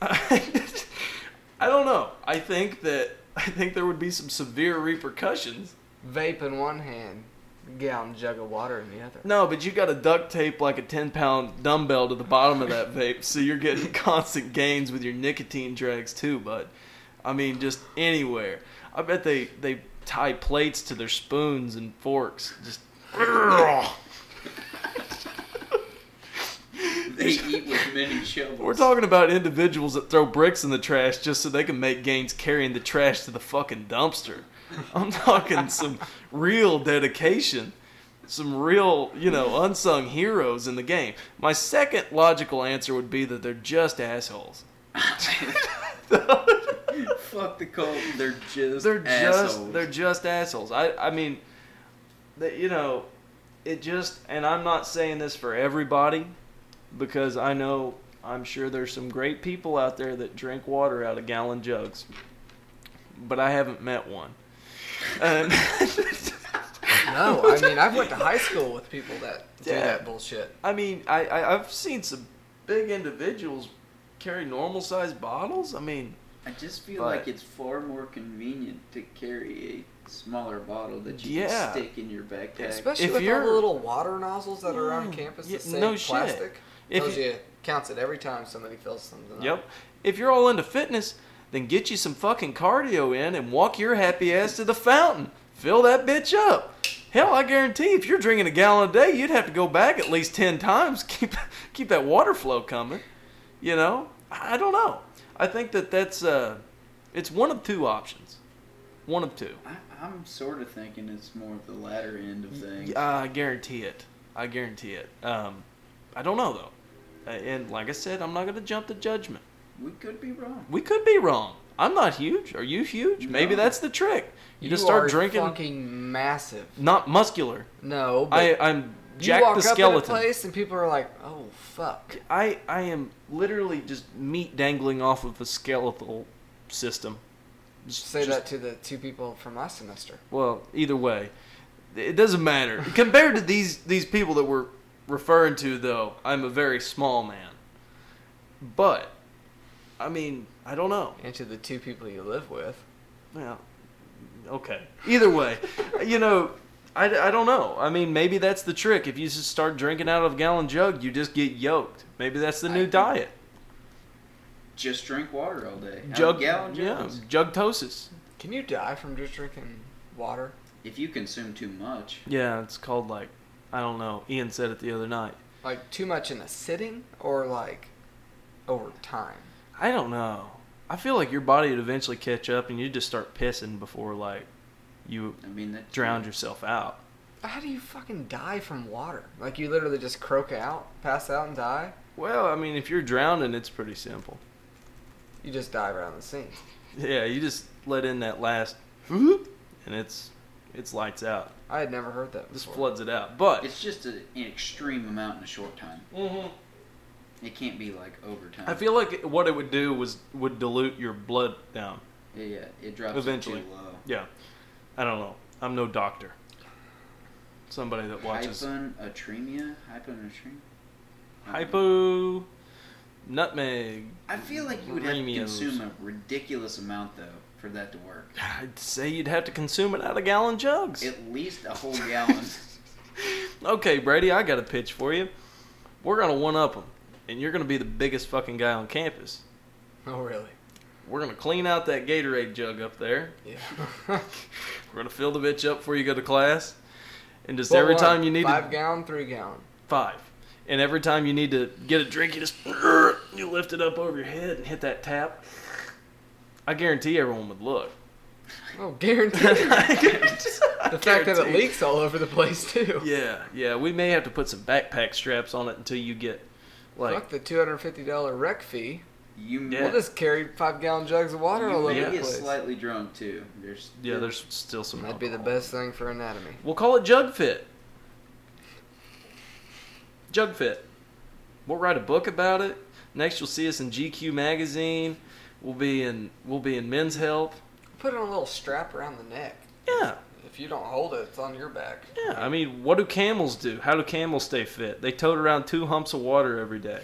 Speaker 1: I don't know. I think that I think there would be some severe repercussions.
Speaker 3: Vape in one hand, gallon jug of water in the other.
Speaker 1: No, but you got to duct tape like a 10 pound dumbbell to the bottom of that vape, so you're getting constant gains with your nicotine drags too, bud. I mean, just anywhere. I bet they, they tie plates to their spoons and forks. Just
Speaker 2: they eat with many shovels.
Speaker 1: We're talking about individuals that throw bricks in the trash just so they can make gains carrying the trash to the fucking dumpster. I'm talking some real dedication, some real, you know, unsung heroes in the game. My second logical answer would be that they're just assholes.
Speaker 2: Fuck the cult. They're just
Speaker 1: they're
Speaker 2: assholes.
Speaker 1: just they're just assholes. I I mean, that you know, it just and I'm not saying this for everybody because I know I'm sure there's some great people out there that drink water out of gallon jugs, but I haven't met one. And
Speaker 3: No, I mean I've went to high school with people that do
Speaker 1: Yeah.
Speaker 3: that bullshit.
Speaker 1: I mean, I, I I've seen some big individuals carry normal sized bottles. I mean,
Speaker 2: I just feel
Speaker 1: But-
Speaker 2: like it's far more convenient to carry a smaller bottle that you
Speaker 1: Yeah.
Speaker 2: can stick in your backpack.
Speaker 3: Especially
Speaker 1: If
Speaker 3: with all
Speaker 1: you're-
Speaker 3: the little water nozzles that are around
Speaker 1: Yeah.
Speaker 3: campus, the
Speaker 1: Yeah,
Speaker 3: same
Speaker 1: no shit.
Speaker 3: plastic.
Speaker 1: If
Speaker 3: Tells
Speaker 1: you-
Speaker 3: you counts it every time somebody fills something.
Speaker 1: Yep.
Speaker 3: Up.
Speaker 1: If you're all into fitness, then get you some fucking cardio in and walk your happy ass to the fountain. Fill that bitch up. Hell, I guarantee if you're drinking a gallon a day, you'd have to go back at least 10 times. Keep keep that water flow coming. You know? I I don't know. I think that that's uh it's one of two options. One of two.
Speaker 2: I, I'm sort of thinking it's more of the latter end of things.
Speaker 1: Yeah, I guarantee it. I guarantee it. Um I don't know though. Uh, And like I said, I'm not going to jump to judgment.
Speaker 2: We could be wrong.
Speaker 1: We could be wrong. I'm not huge. Are you huge? Maybe
Speaker 2: No.
Speaker 1: that's the trick. You, just start
Speaker 3: are
Speaker 1: drinking.
Speaker 3: Fucking massive.
Speaker 1: Not muscular.
Speaker 3: No, but
Speaker 1: I, I'm
Speaker 3: you
Speaker 1: Jack
Speaker 3: walk
Speaker 1: the
Speaker 3: up in a
Speaker 1: skeleton.
Speaker 3: place and people are like, "Oh fuck."
Speaker 1: I, I am literally just meat dangling off of a skeletal system. Just,
Speaker 3: Say
Speaker 1: just-
Speaker 3: that to the two people from my semester.
Speaker 1: Well, either way, it doesn't matter compared to these these people that we're referring to. Though I'm a very small man, but I mean I don't know.
Speaker 3: And to the two people you live with.
Speaker 1: Well, okay. Either way, you know, I, I don't know. I mean, maybe that's the trick. If you just start drinking out of a gallon jug, you just get yoked. Maybe that's the new
Speaker 3: I-
Speaker 1: diet.
Speaker 2: Just drink water all day. Out of
Speaker 1: Jug,
Speaker 2: gallon
Speaker 1: yeah,
Speaker 2: jugs.
Speaker 1: jugtosis.
Speaker 3: Can you die from just drinking water?
Speaker 2: If you consume too much,
Speaker 1: Yeah, it's called like, I don't know. Ian said it the other night.
Speaker 3: Like too much in a sitting or like over time?
Speaker 1: I don't know. I feel like your body would eventually catch up, and you just start pissing before like you
Speaker 2: I mean that
Speaker 1: drowned yourself out.
Speaker 3: How do you fucking die from water? Like you literally just croak out, pass out, and die.
Speaker 1: Well, I mean, if you're drowning, it's pretty simple.
Speaker 3: You just die around the scene.
Speaker 1: Yeah, you just let in that last, whoop, and it's it's lights out.
Speaker 3: I had never heard that.
Speaker 1: This
Speaker 3: before.
Speaker 1: floods it out. But
Speaker 2: It's just a, an extreme amount in a short time. It can't be like overtime.
Speaker 1: I feel like what it would do was would dilute your blood down.
Speaker 2: yeah, yeah, it drops it
Speaker 1: Eventually.
Speaker 2: too low.
Speaker 1: Yeah, I don't know. I'm no doctor. Somebody that watches
Speaker 2: Hyponatremia, hyponatremia.
Speaker 1: hypo nutmeg.
Speaker 2: I feel like you would have to
Speaker 1: Remios.
Speaker 2: consume a ridiculous amount though for that to work.
Speaker 1: I'd say you'd have to consume it out of gallon jugs.
Speaker 2: At least a whole gallon.
Speaker 1: okay, Brady, I got a pitch for you. We're gonna one up them, and you're gonna be the biggest fucking guy on campus.
Speaker 3: Oh really?
Speaker 1: We're gonna clean out that Gatorade jug up there.
Speaker 3: Yeah.
Speaker 1: We're gonna fill the bitch up before you go to class, and just every time you need
Speaker 3: five
Speaker 1: to
Speaker 3: gallon, three gallon.
Speaker 1: five. And every time you need to get a drink, you just you lift it up over your head and hit that tap. I guarantee everyone would look.
Speaker 3: Oh, guaranteed. the fact that it
Speaker 1: Guaranteed.
Speaker 3: leaks all over the place too.
Speaker 1: Yeah, yeah. We may have to put some backpack straps on it until you get like
Speaker 3: Fuck the two hundred fifty dollar rec fee.
Speaker 2: You
Speaker 1: Yeah.
Speaker 3: We'll just carry five gallon jugs of water
Speaker 2: you
Speaker 3: all over
Speaker 2: may
Speaker 1: Yeah.
Speaker 3: the
Speaker 2: get
Speaker 3: place.
Speaker 2: slightly drunk too. There's
Speaker 1: yeah. There's still some.
Speaker 3: That'd be the
Speaker 1: alcohol.
Speaker 3: best thing for anatomy.
Speaker 1: We'll call it Jug Fit. Jug Fit. We'll write a book about it. Next, you'll see us in GQ magazine. We'll be in we'll be in Men's Health.
Speaker 3: Put on a little strap around the neck.
Speaker 1: Yeah,
Speaker 3: If you don't hold it, it's on your back.
Speaker 1: yeah. I mean, what do camels do? How do camels stay fit? They tote around two humps of water every day.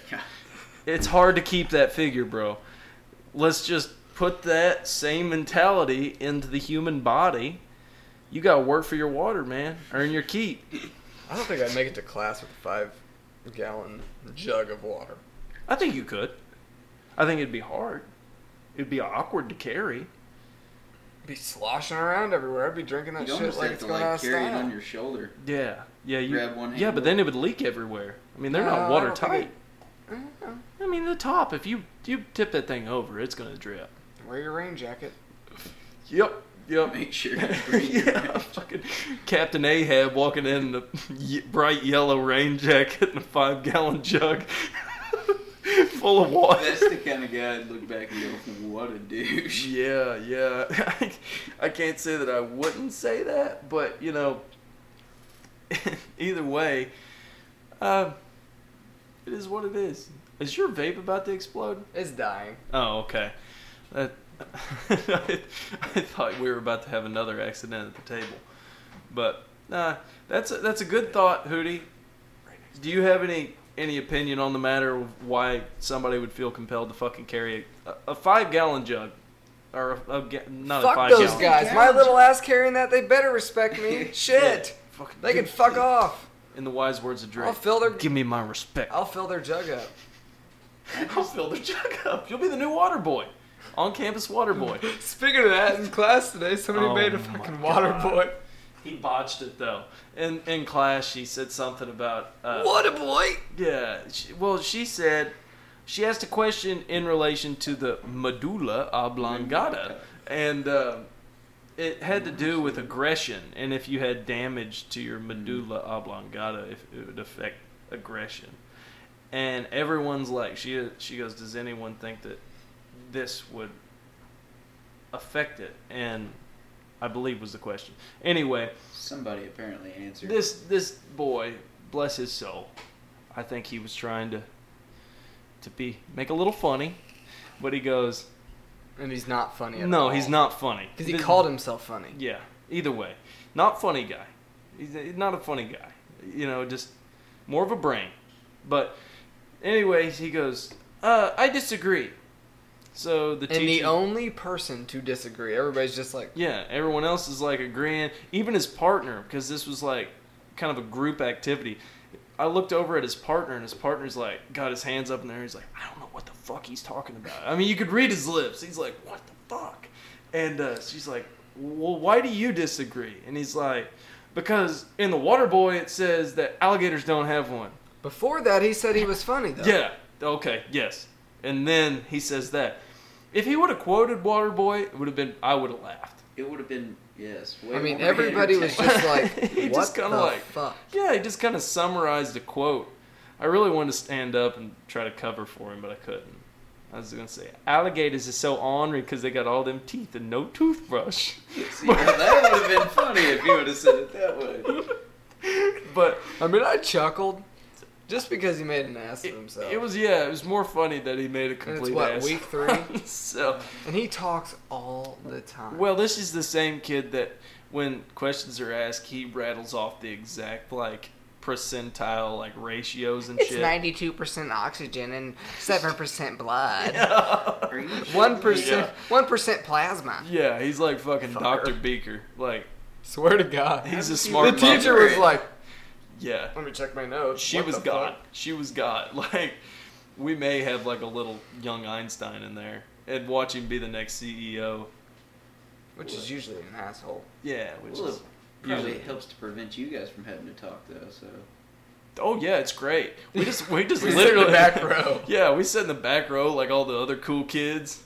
Speaker 1: It's hard to keep that figure, bro. Let's just put that same mentality into the human body. You gotta work for your water, man. Earn your keep.
Speaker 3: I don't think I'd make it to class with a five gallon jug of water.
Speaker 1: I think you could. I think it'd be hard. It'd be awkward to carry.
Speaker 3: Be sloshing around everywhere. I'd be drinking that
Speaker 2: You'd
Speaker 3: shit
Speaker 2: almost
Speaker 3: like
Speaker 2: have
Speaker 3: it's
Speaker 2: to
Speaker 3: going out
Speaker 2: like
Speaker 3: of
Speaker 2: carry it
Speaker 3: style.
Speaker 2: on your shoulder.
Speaker 1: Yeah, yeah. You,
Speaker 2: Grab one
Speaker 1: yeah,
Speaker 2: handle.
Speaker 1: but then it would leak everywhere. I mean, they're
Speaker 3: No,
Speaker 1: not
Speaker 3: I don't think
Speaker 1: watertight.
Speaker 3: I don't know.
Speaker 1: I mean, the top. If you you tip that thing over, it's gonna drip.
Speaker 3: Wear your rain jacket.
Speaker 1: Yep. Yep.
Speaker 2: Make sure.
Speaker 1: yeah, fucking Captain Ahab walking in the ye- bright yellow rain jacket and a five gallon jug full of water.
Speaker 2: That's the kind of guy I'd look back and go, "What a douche."
Speaker 1: Yeah, yeah. I, can't say that I wouldn't say that, but you know, either way, uh, it is what it is. Is your vape about to explode?
Speaker 3: It's dying.
Speaker 1: Oh, okay. That, I, I thought we were about to have another accident at the table, but nah, that's a, that's a good thought, Hootie. Do you have any any opinion on the matter of why somebody would feel compelled to fucking carry a, a five gallon jug, or a, a ga- not a
Speaker 3: fuck
Speaker 1: five
Speaker 3: those
Speaker 1: gallon?
Speaker 3: guys. My little ass carrying that, they better respect me. Shit.
Speaker 1: Fucking-
Speaker 3: They can fuck off.
Speaker 1: In the wise words of Drake,
Speaker 3: I'll fill their
Speaker 1: give me my respect.
Speaker 3: I'll fill their jug up.
Speaker 1: I'll fill the jug up. You'll be the new water boy, on campus water boy.
Speaker 3: Speaking of that, in class today, somebody
Speaker 1: Oh
Speaker 3: made a
Speaker 1: my God.
Speaker 3: fucking water boy.
Speaker 1: He botched it though. In in class, she said something about uh,
Speaker 3: Water boy.
Speaker 1: Yeah. She, well, she said she asked a question in relation to the medulla oblongata, and uh, it had to do with aggression and if you had damage to your medulla oblongata, if it would affect aggression. And everyone's like, she she goes, does anyone think that this would affect it? And I believe was the question. Anyway,
Speaker 2: Somebody apparently answered.
Speaker 1: this this boy, bless his soul, I think he was trying to to be make a little funny, but he goes,
Speaker 3: And he's not funny at
Speaker 1: no, he's not funny
Speaker 3: Because he
Speaker 1: This-
Speaker 3: called himself funny.
Speaker 1: Yeah, either way, not funny guy. He's a- not a funny guy. You know, just more of a brain. But anyways, he goes, uh, I disagree. So the
Speaker 3: And the
Speaker 1: teacher-
Speaker 3: only person to disagree, everybody's just like,
Speaker 1: Yeah, everyone else is like agreeing. Even his partner, because this was like kind of a group activity. I looked over at his partner, and his partner's like got his hands up in there. He's like, I don't know what the fuck he's talking about. I mean, you could read his lips. He's like, what the fuck? And uh, she's like, well, why do you disagree? And he's like, because in the Water Boy it says that alligators don't have one.
Speaker 3: before that, he said he was funny, though.
Speaker 1: Yeah. Okay. Yes. And then he says that. If he would have quoted Waterboy, it would have been. I would have laughed.
Speaker 2: It would have been yes. way
Speaker 3: I mean,
Speaker 2: more
Speaker 3: everybody was
Speaker 2: entertaining.
Speaker 3: just like, what
Speaker 1: He just
Speaker 3: the
Speaker 1: kinda like-
Speaker 3: fuck?
Speaker 1: Yeah, he just kind of summarized a quote. I really wanted to stand up and try to cover for him, but I couldn't. I was going to say, alligators are so ornery because they got all them teeth and no toothbrush.
Speaker 2: See, now that would have been funny if you would have said it that way.
Speaker 1: But
Speaker 3: I mean, I chuckled just because he made an ass
Speaker 1: it,
Speaker 3: of himself.
Speaker 1: it was, yeah, it was more funny that he made a
Speaker 3: and
Speaker 1: complete
Speaker 3: it's what,
Speaker 1: ass.
Speaker 3: week three?
Speaker 1: so,
Speaker 3: and he talks all the time.
Speaker 1: well, this is the same kid that when questions are asked, he rattles off the exact, like, percentile, like, ratios and
Speaker 3: it's
Speaker 1: shit.
Speaker 3: 92% oxygen and 7% blood.
Speaker 2: Are you sure
Speaker 3: 1%,
Speaker 1: Yeah.
Speaker 3: 1% plasma.
Speaker 1: Yeah, he's like fucking
Speaker 3: Fucker.
Speaker 1: Dr. Beaker. Like,
Speaker 3: Swear to God.
Speaker 1: he's a
Speaker 2: The
Speaker 3: the
Speaker 1: smart
Speaker 3: teacher
Speaker 1: mother.
Speaker 3: was like,
Speaker 1: Yeah.
Speaker 3: let me check my notes.
Speaker 1: She
Speaker 3: What
Speaker 1: was
Speaker 3: the
Speaker 1: God.
Speaker 3: fuck?
Speaker 1: She was God. Like, we may have like a little young Einstein in there and watch him be the next E CEO.
Speaker 3: Which is usually an asshole.
Speaker 1: Yeah, which
Speaker 2: Well,
Speaker 1: is.
Speaker 2: it probably
Speaker 1: usually-
Speaker 2: helps to prevent you guys from having to talk though. So
Speaker 1: Oh yeah, it's great. We just we just
Speaker 3: We sit in the
Speaker 1: literally
Speaker 3: back row.
Speaker 1: Yeah, we sit in the back row like all the other cool kids.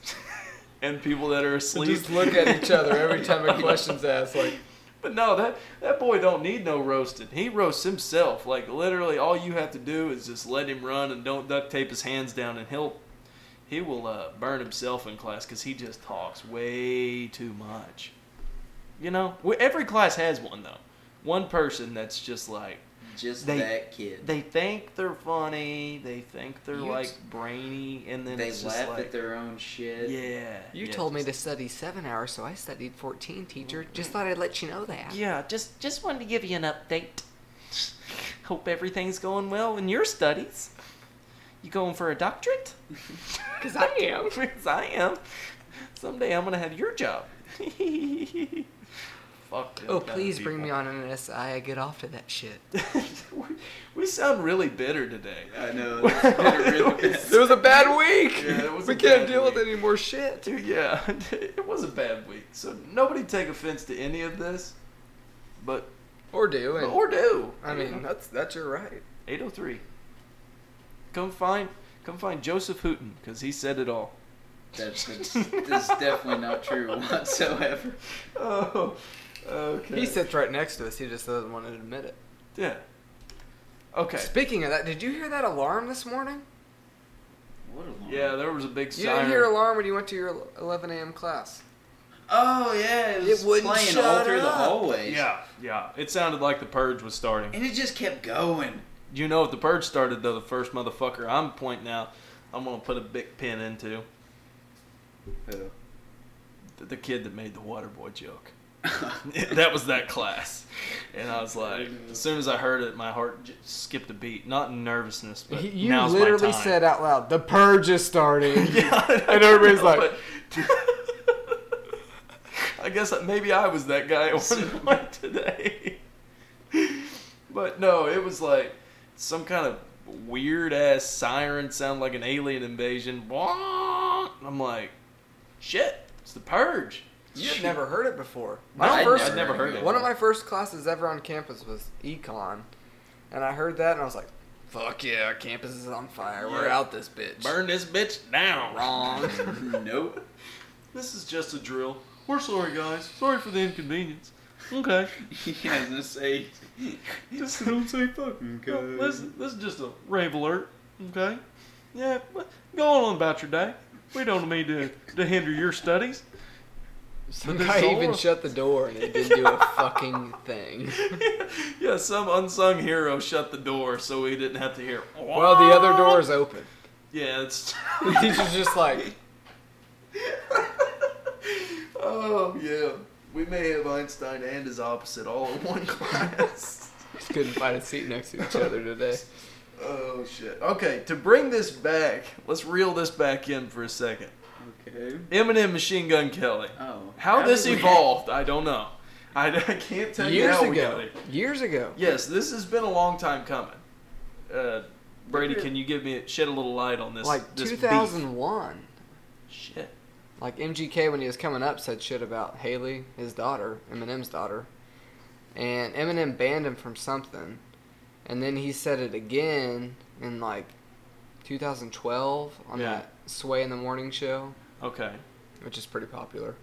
Speaker 1: and people that are
Speaker 3: We
Speaker 1: asleep.
Speaker 3: just look at each other every time a question's asked. Like,
Speaker 1: But no, that that boy don't need no roasting. He roasts himself. Like literally, all you have to do is just let him run and don't duct tape his hands down, and he'll he will uh, burn himself in class because he just talks way too much. You know, we, every class has one though. One person that's just like
Speaker 2: Just
Speaker 1: They-
Speaker 2: that kid.
Speaker 1: they think they're funny, they think they're
Speaker 3: You
Speaker 1: like
Speaker 3: ex-
Speaker 1: brainy, and then
Speaker 2: they
Speaker 1: it's just
Speaker 2: laugh
Speaker 1: like,
Speaker 2: at their own shit.
Speaker 1: yeah.
Speaker 3: you
Speaker 1: yeah,
Speaker 3: told me
Speaker 1: just-
Speaker 3: to study seven hours, so I studied 14, teacher. Just thought I'd let you know that.
Speaker 1: Yeah, just just wanted to give you an update. Hope everything's going well in your studies. You going for a doctorate?
Speaker 3: 'Cause I am.
Speaker 1: Because I am. Someday I'm gonna have your job. Fuck. them
Speaker 3: Oh,
Speaker 1: kinda
Speaker 3: please bring me
Speaker 1: people.
Speaker 3: on an SI. I get off to that shit.
Speaker 1: we, we sound really bitter today.
Speaker 2: I know. It's been a really bad-
Speaker 3: was a bad week.
Speaker 1: Yeah, it was
Speaker 3: we
Speaker 1: a
Speaker 3: can't
Speaker 1: bad
Speaker 3: deal with
Speaker 1: week.
Speaker 3: any more shit.
Speaker 1: Dude, yeah, it was a bad week. So nobody take offense to any of this, but
Speaker 3: Or do. And,
Speaker 1: or do.
Speaker 3: I mean, that's that's your right.
Speaker 1: 803. Come find come find Joseph Hooten because he said it all.
Speaker 2: That's, that's, that's definitely not true whatsoever.
Speaker 1: Oh, okay.
Speaker 3: He sits right next to us. He just doesn't want to admit it.
Speaker 1: yeah. Okay.
Speaker 3: Speaking of that, did you hear that alarm this morning?
Speaker 2: What a long
Speaker 1: Yeah, there was a big
Speaker 3: You
Speaker 1: siren.
Speaker 3: didn't hear alarm when you went to your 11 a.m. class.
Speaker 2: Oh yeah, it was
Speaker 3: It wouldn't
Speaker 2: playing all
Speaker 3: shut
Speaker 2: through the
Speaker 3: up.
Speaker 2: hallways.
Speaker 1: Yeah, yeah. It sounded like the purge was starting.
Speaker 2: And it just kept going.
Speaker 1: You know, if the purge started though, the first motherfucker I'm pointing out, I'm gonna put a big pin into the, the kid that made the Waterboy joke. that was that class, and I was like, as soon as I heard it, my heart j- skipped a beat. Not in nervousness, but
Speaker 3: He- you
Speaker 1: now's my
Speaker 3: literally
Speaker 1: time.
Speaker 3: said out loud, "The purge is starting."
Speaker 1: yeah,
Speaker 3: And everybody's like-
Speaker 1: but- I guess maybe I was that guy at one point today. but no, it was like some kind of weird ass siren sound like an alien invasion. Wah! I'm like, shit, it's the purge.
Speaker 3: You had never heard it before.
Speaker 1: No,
Speaker 3: My
Speaker 1: I'd
Speaker 3: first,
Speaker 1: I'd never heard it.
Speaker 3: one of my first classes ever on campus was econ, and I heard that and I was like, "Fuck yeah, our campus is on fire. We're
Speaker 1: Yeah.
Speaker 3: out this bitch."
Speaker 1: Burn this bitch down.
Speaker 3: Wrong.
Speaker 2: nope.
Speaker 1: This is just a drill. We're sorry, guys. Sorry for the inconvenience. Okay.
Speaker 2: He has to say.
Speaker 1: Just don't say fuck. No,
Speaker 2: Okay.
Speaker 1: this, this is just a rave alert, okay? Yeah, but go on about your day. We don't mean to, to hinder your studies.
Speaker 3: Some
Speaker 1: But
Speaker 3: guy
Speaker 1: there's all
Speaker 3: even
Speaker 1: of-
Speaker 3: shut the door and it didn't do a fucking thing.
Speaker 1: yeah, some unsung hero shut the door so we didn't have to hear.
Speaker 3: Well, the other door is open.
Speaker 1: Yeah, it's.
Speaker 3: The teacher's just like,
Speaker 1: oh, yeah. We may have Einstein and his opposite all in one class.
Speaker 3: just couldn't find a seat next to each other today.
Speaker 1: Oh, shit. Okay, to bring this back, let's reel this back in for a second.
Speaker 2: Okay.
Speaker 1: Eminem Machine Gun Kelly.
Speaker 2: Oh.
Speaker 1: How this
Speaker 2: did we-
Speaker 1: evolved, I don't know. I, I can't tell you
Speaker 3: Years
Speaker 1: how we got
Speaker 3: ago,
Speaker 1: it.
Speaker 3: years ago,
Speaker 1: Yes, this has been a long time coming. Uh, Brady,
Speaker 2: Look at-
Speaker 1: can you give me shed a little light on this?
Speaker 3: like
Speaker 1: this beef?
Speaker 3: 2001.
Speaker 1: Shit.
Speaker 3: Like MGK when he was coming up said shit about Haley, his daughter, Eminem's daughter, and Eminem banned him from something, and then he said it again in like 2012 on
Speaker 1: Yeah.
Speaker 3: that Sway in the Morning show,
Speaker 1: Okay.
Speaker 3: which is pretty popular,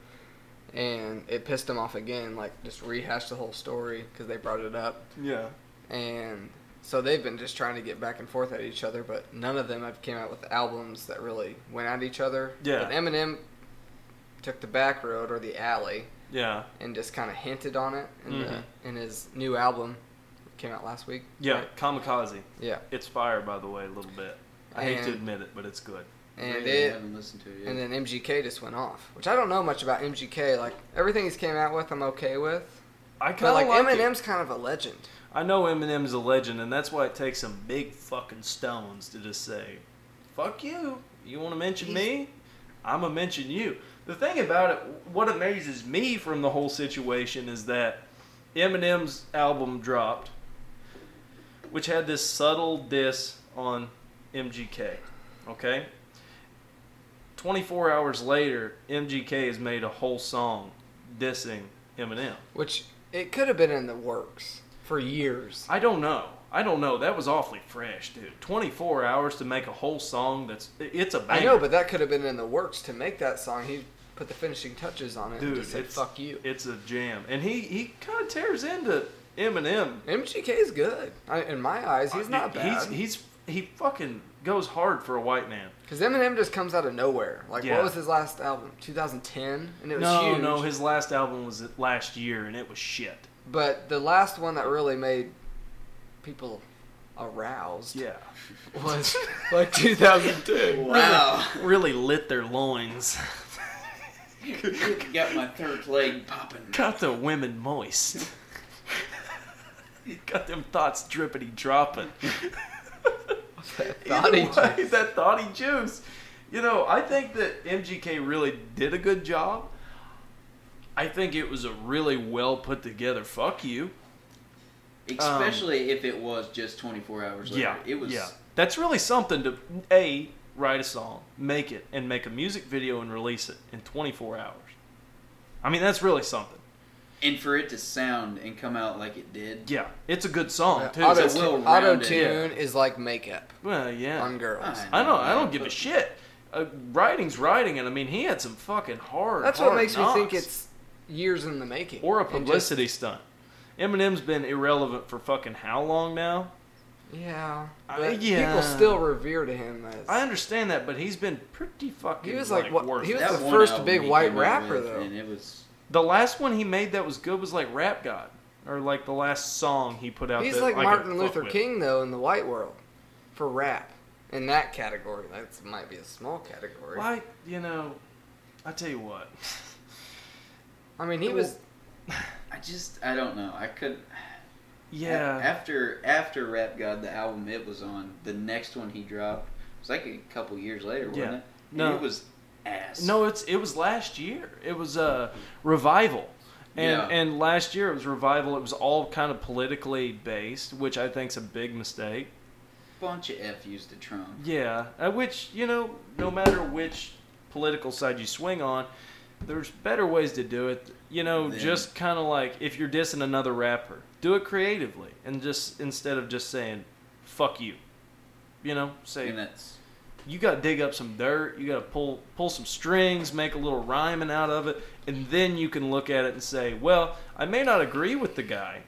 Speaker 3: and it pissed him off again. Like just rehashed the whole story because they brought it up,
Speaker 1: Yeah.
Speaker 3: and so they've been just trying to get back and forth at each other, but none of them have came out with albums that really went at each other.
Speaker 1: Yeah.
Speaker 3: But Eminem took the back road or the alley
Speaker 1: Yeah.
Speaker 3: and just kind of hinted on it in,
Speaker 1: Mhm.
Speaker 3: the, in his new album came out last week.
Speaker 1: Yeah.
Speaker 3: right?
Speaker 1: Kamikaze.
Speaker 3: Yeah.
Speaker 1: It's fire, by the way, a little bit. I hate to
Speaker 3: And-
Speaker 1: admit it, but it's good.
Speaker 3: And
Speaker 2: Really, I
Speaker 3: it
Speaker 2: haven't listened to it yet.
Speaker 3: and then MGK just went off, which I don't know much about MGK. Like everything he's came out with, I'm okay with.
Speaker 1: I kind
Speaker 3: But
Speaker 1: of
Speaker 3: like,
Speaker 1: like, it.
Speaker 3: Eminem's kind of a legend.
Speaker 1: I know Eminem's a legend, and that's why it takes some big fucking stones to just say, "Fuck you." You want to mention me? I'm gonna mention you. The thing about it, what amazes me from the whole situation is that Eminem's album dropped, which had this subtle diss on MGK. Okay. 24 hours later, MGK has made a whole song dissing Eminem.
Speaker 3: Which it could have been in the works for years.
Speaker 1: I don't know. I don't know. That was awfully fresh, dude. 24 hours to make a whole song that's it's a banger.
Speaker 3: I know, but that could have been in the works to make that song. He put the finishing touches on it and
Speaker 1: Dude,
Speaker 3: just said,
Speaker 1: it's-
Speaker 3: fuck you.
Speaker 1: It's a jam, and he he kind of tears into Eminem.
Speaker 3: MGK is good. I, in my eyes, he's not bad.
Speaker 1: Uh, He's he's he fucking goes hard for a white man.
Speaker 3: Because Eminem just comes out of nowhere. Like,
Speaker 1: Yeah.
Speaker 3: what was his last album? 2010? And it was
Speaker 1: no,
Speaker 3: huge.
Speaker 1: no, his last album was last year, and it was shit.
Speaker 3: But the last one that really made people aroused
Speaker 1: Yeah,
Speaker 3: was like 2010.
Speaker 2: Wow.
Speaker 1: really lit their loins.
Speaker 2: Got my third leg popping.
Speaker 1: Got the women moist. Got them thoughts drippity dropping. Either
Speaker 3: Thoughty
Speaker 1: way,
Speaker 3: juice.
Speaker 1: That thoughty juice. You know, I think that MGK really did a good job. I think it was a really well put together fuck you.
Speaker 2: Especially if it was just 24 hours later.
Speaker 1: Yeah.
Speaker 2: It was.
Speaker 1: Yeah. That's really something to A, write a song, make it, and make a music video and release it in 24 hours. I mean, that's really something.
Speaker 2: And for it to sound and come out like it did.
Speaker 1: Yeah. It's a good song, too.
Speaker 2: I'll
Speaker 3: Auto
Speaker 2: just-
Speaker 3: tune
Speaker 2: well-rounded.
Speaker 3: is like makeup
Speaker 1: well, yeah.
Speaker 3: on girls.
Speaker 2: Fine.
Speaker 1: I don't. I don't
Speaker 2: Yeah,
Speaker 1: give a
Speaker 2: but-
Speaker 1: shit. Uh, writing's writing, and I mean, he had some fucking hard.
Speaker 3: That's what
Speaker 1: hard
Speaker 3: makes me think
Speaker 1: knocks.
Speaker 3: it's years in the making.
Speaker 1: or a
Speaker 3: It just-
Speaker 1: publicity stunt. Eminem's been irrelevant for fucking how long now?
Speaker 3: yeah.
Speaker 1: I-
Speaker 3: But
Speaker 1: yeah.
Speaker 3: People still revere to him as.
Speaker 1: I understand that, but he's been pretty fucking.
Speaker 3: He was like what-
Speaker 1: worth
Speaker 3: he
Speaker 1: it.
Speaker 3: was-
Speaker 2: That
Speaker 3: the
Speaker 2: one
Speaker 3: first
Speaker 2: album
Speaker 3: big
Speaker 2: he
Speaker 3: white
Speaker 2: came out
Speaker 3: rapper,
Speaker 2: with,
Speaker 3: though.
Speaker 2: And it was.
Speaker 1: the last one he made that was good was like Rap God, or like the last song he put out.
Speaker 3: He's
Speaker 1: that
Speaker 3: like
Speaker 1: I could
Speaker 3: Martin
Speaker 1: fuck
Speaker 3: Luther
Speaker 1: with.
Speaker 3: King though in the white world for rap. In that category, that might be a small category.
Speaker 1: Why, you know, I tell you what.
Speaker 3: I mean, he was
Speaker 2: I just. I don't know. I could. A-
Speaker 1: Yeah,
Speaker 2: After after Rap God, the album it was on, the next one he dropped was like a couple years later, wasn't
Speaker 1: Yeah.
Speaker 2: it? And
Speaker 1: No.
Speaker 2: it was ass.
Speaker 1: no, it's it was last year. It was uh, revival. And,
Speaker 2: Yeah.
Speaker 1: and last year it was revival. It was all kind of politically based, which I think's a big mistake.
Speaker 2: bunch of FUs to Trump.
Speaker 1: Yeah, uh, which you know, no matter which political side you swing on, there's better ways to do it. You know,
Speaker 2: Then-
Speaker 1: just kind of like if you're dissing another rapper, do it creatively and just instead of just saying "fuck you," you know, say
Speaker 2: And that's
Speaker 1: you got to dig up some dirt, you got to pull pull some strings, make a little rhyming out of it, and then you can look at it and say, "Well, I may not agree with the guy,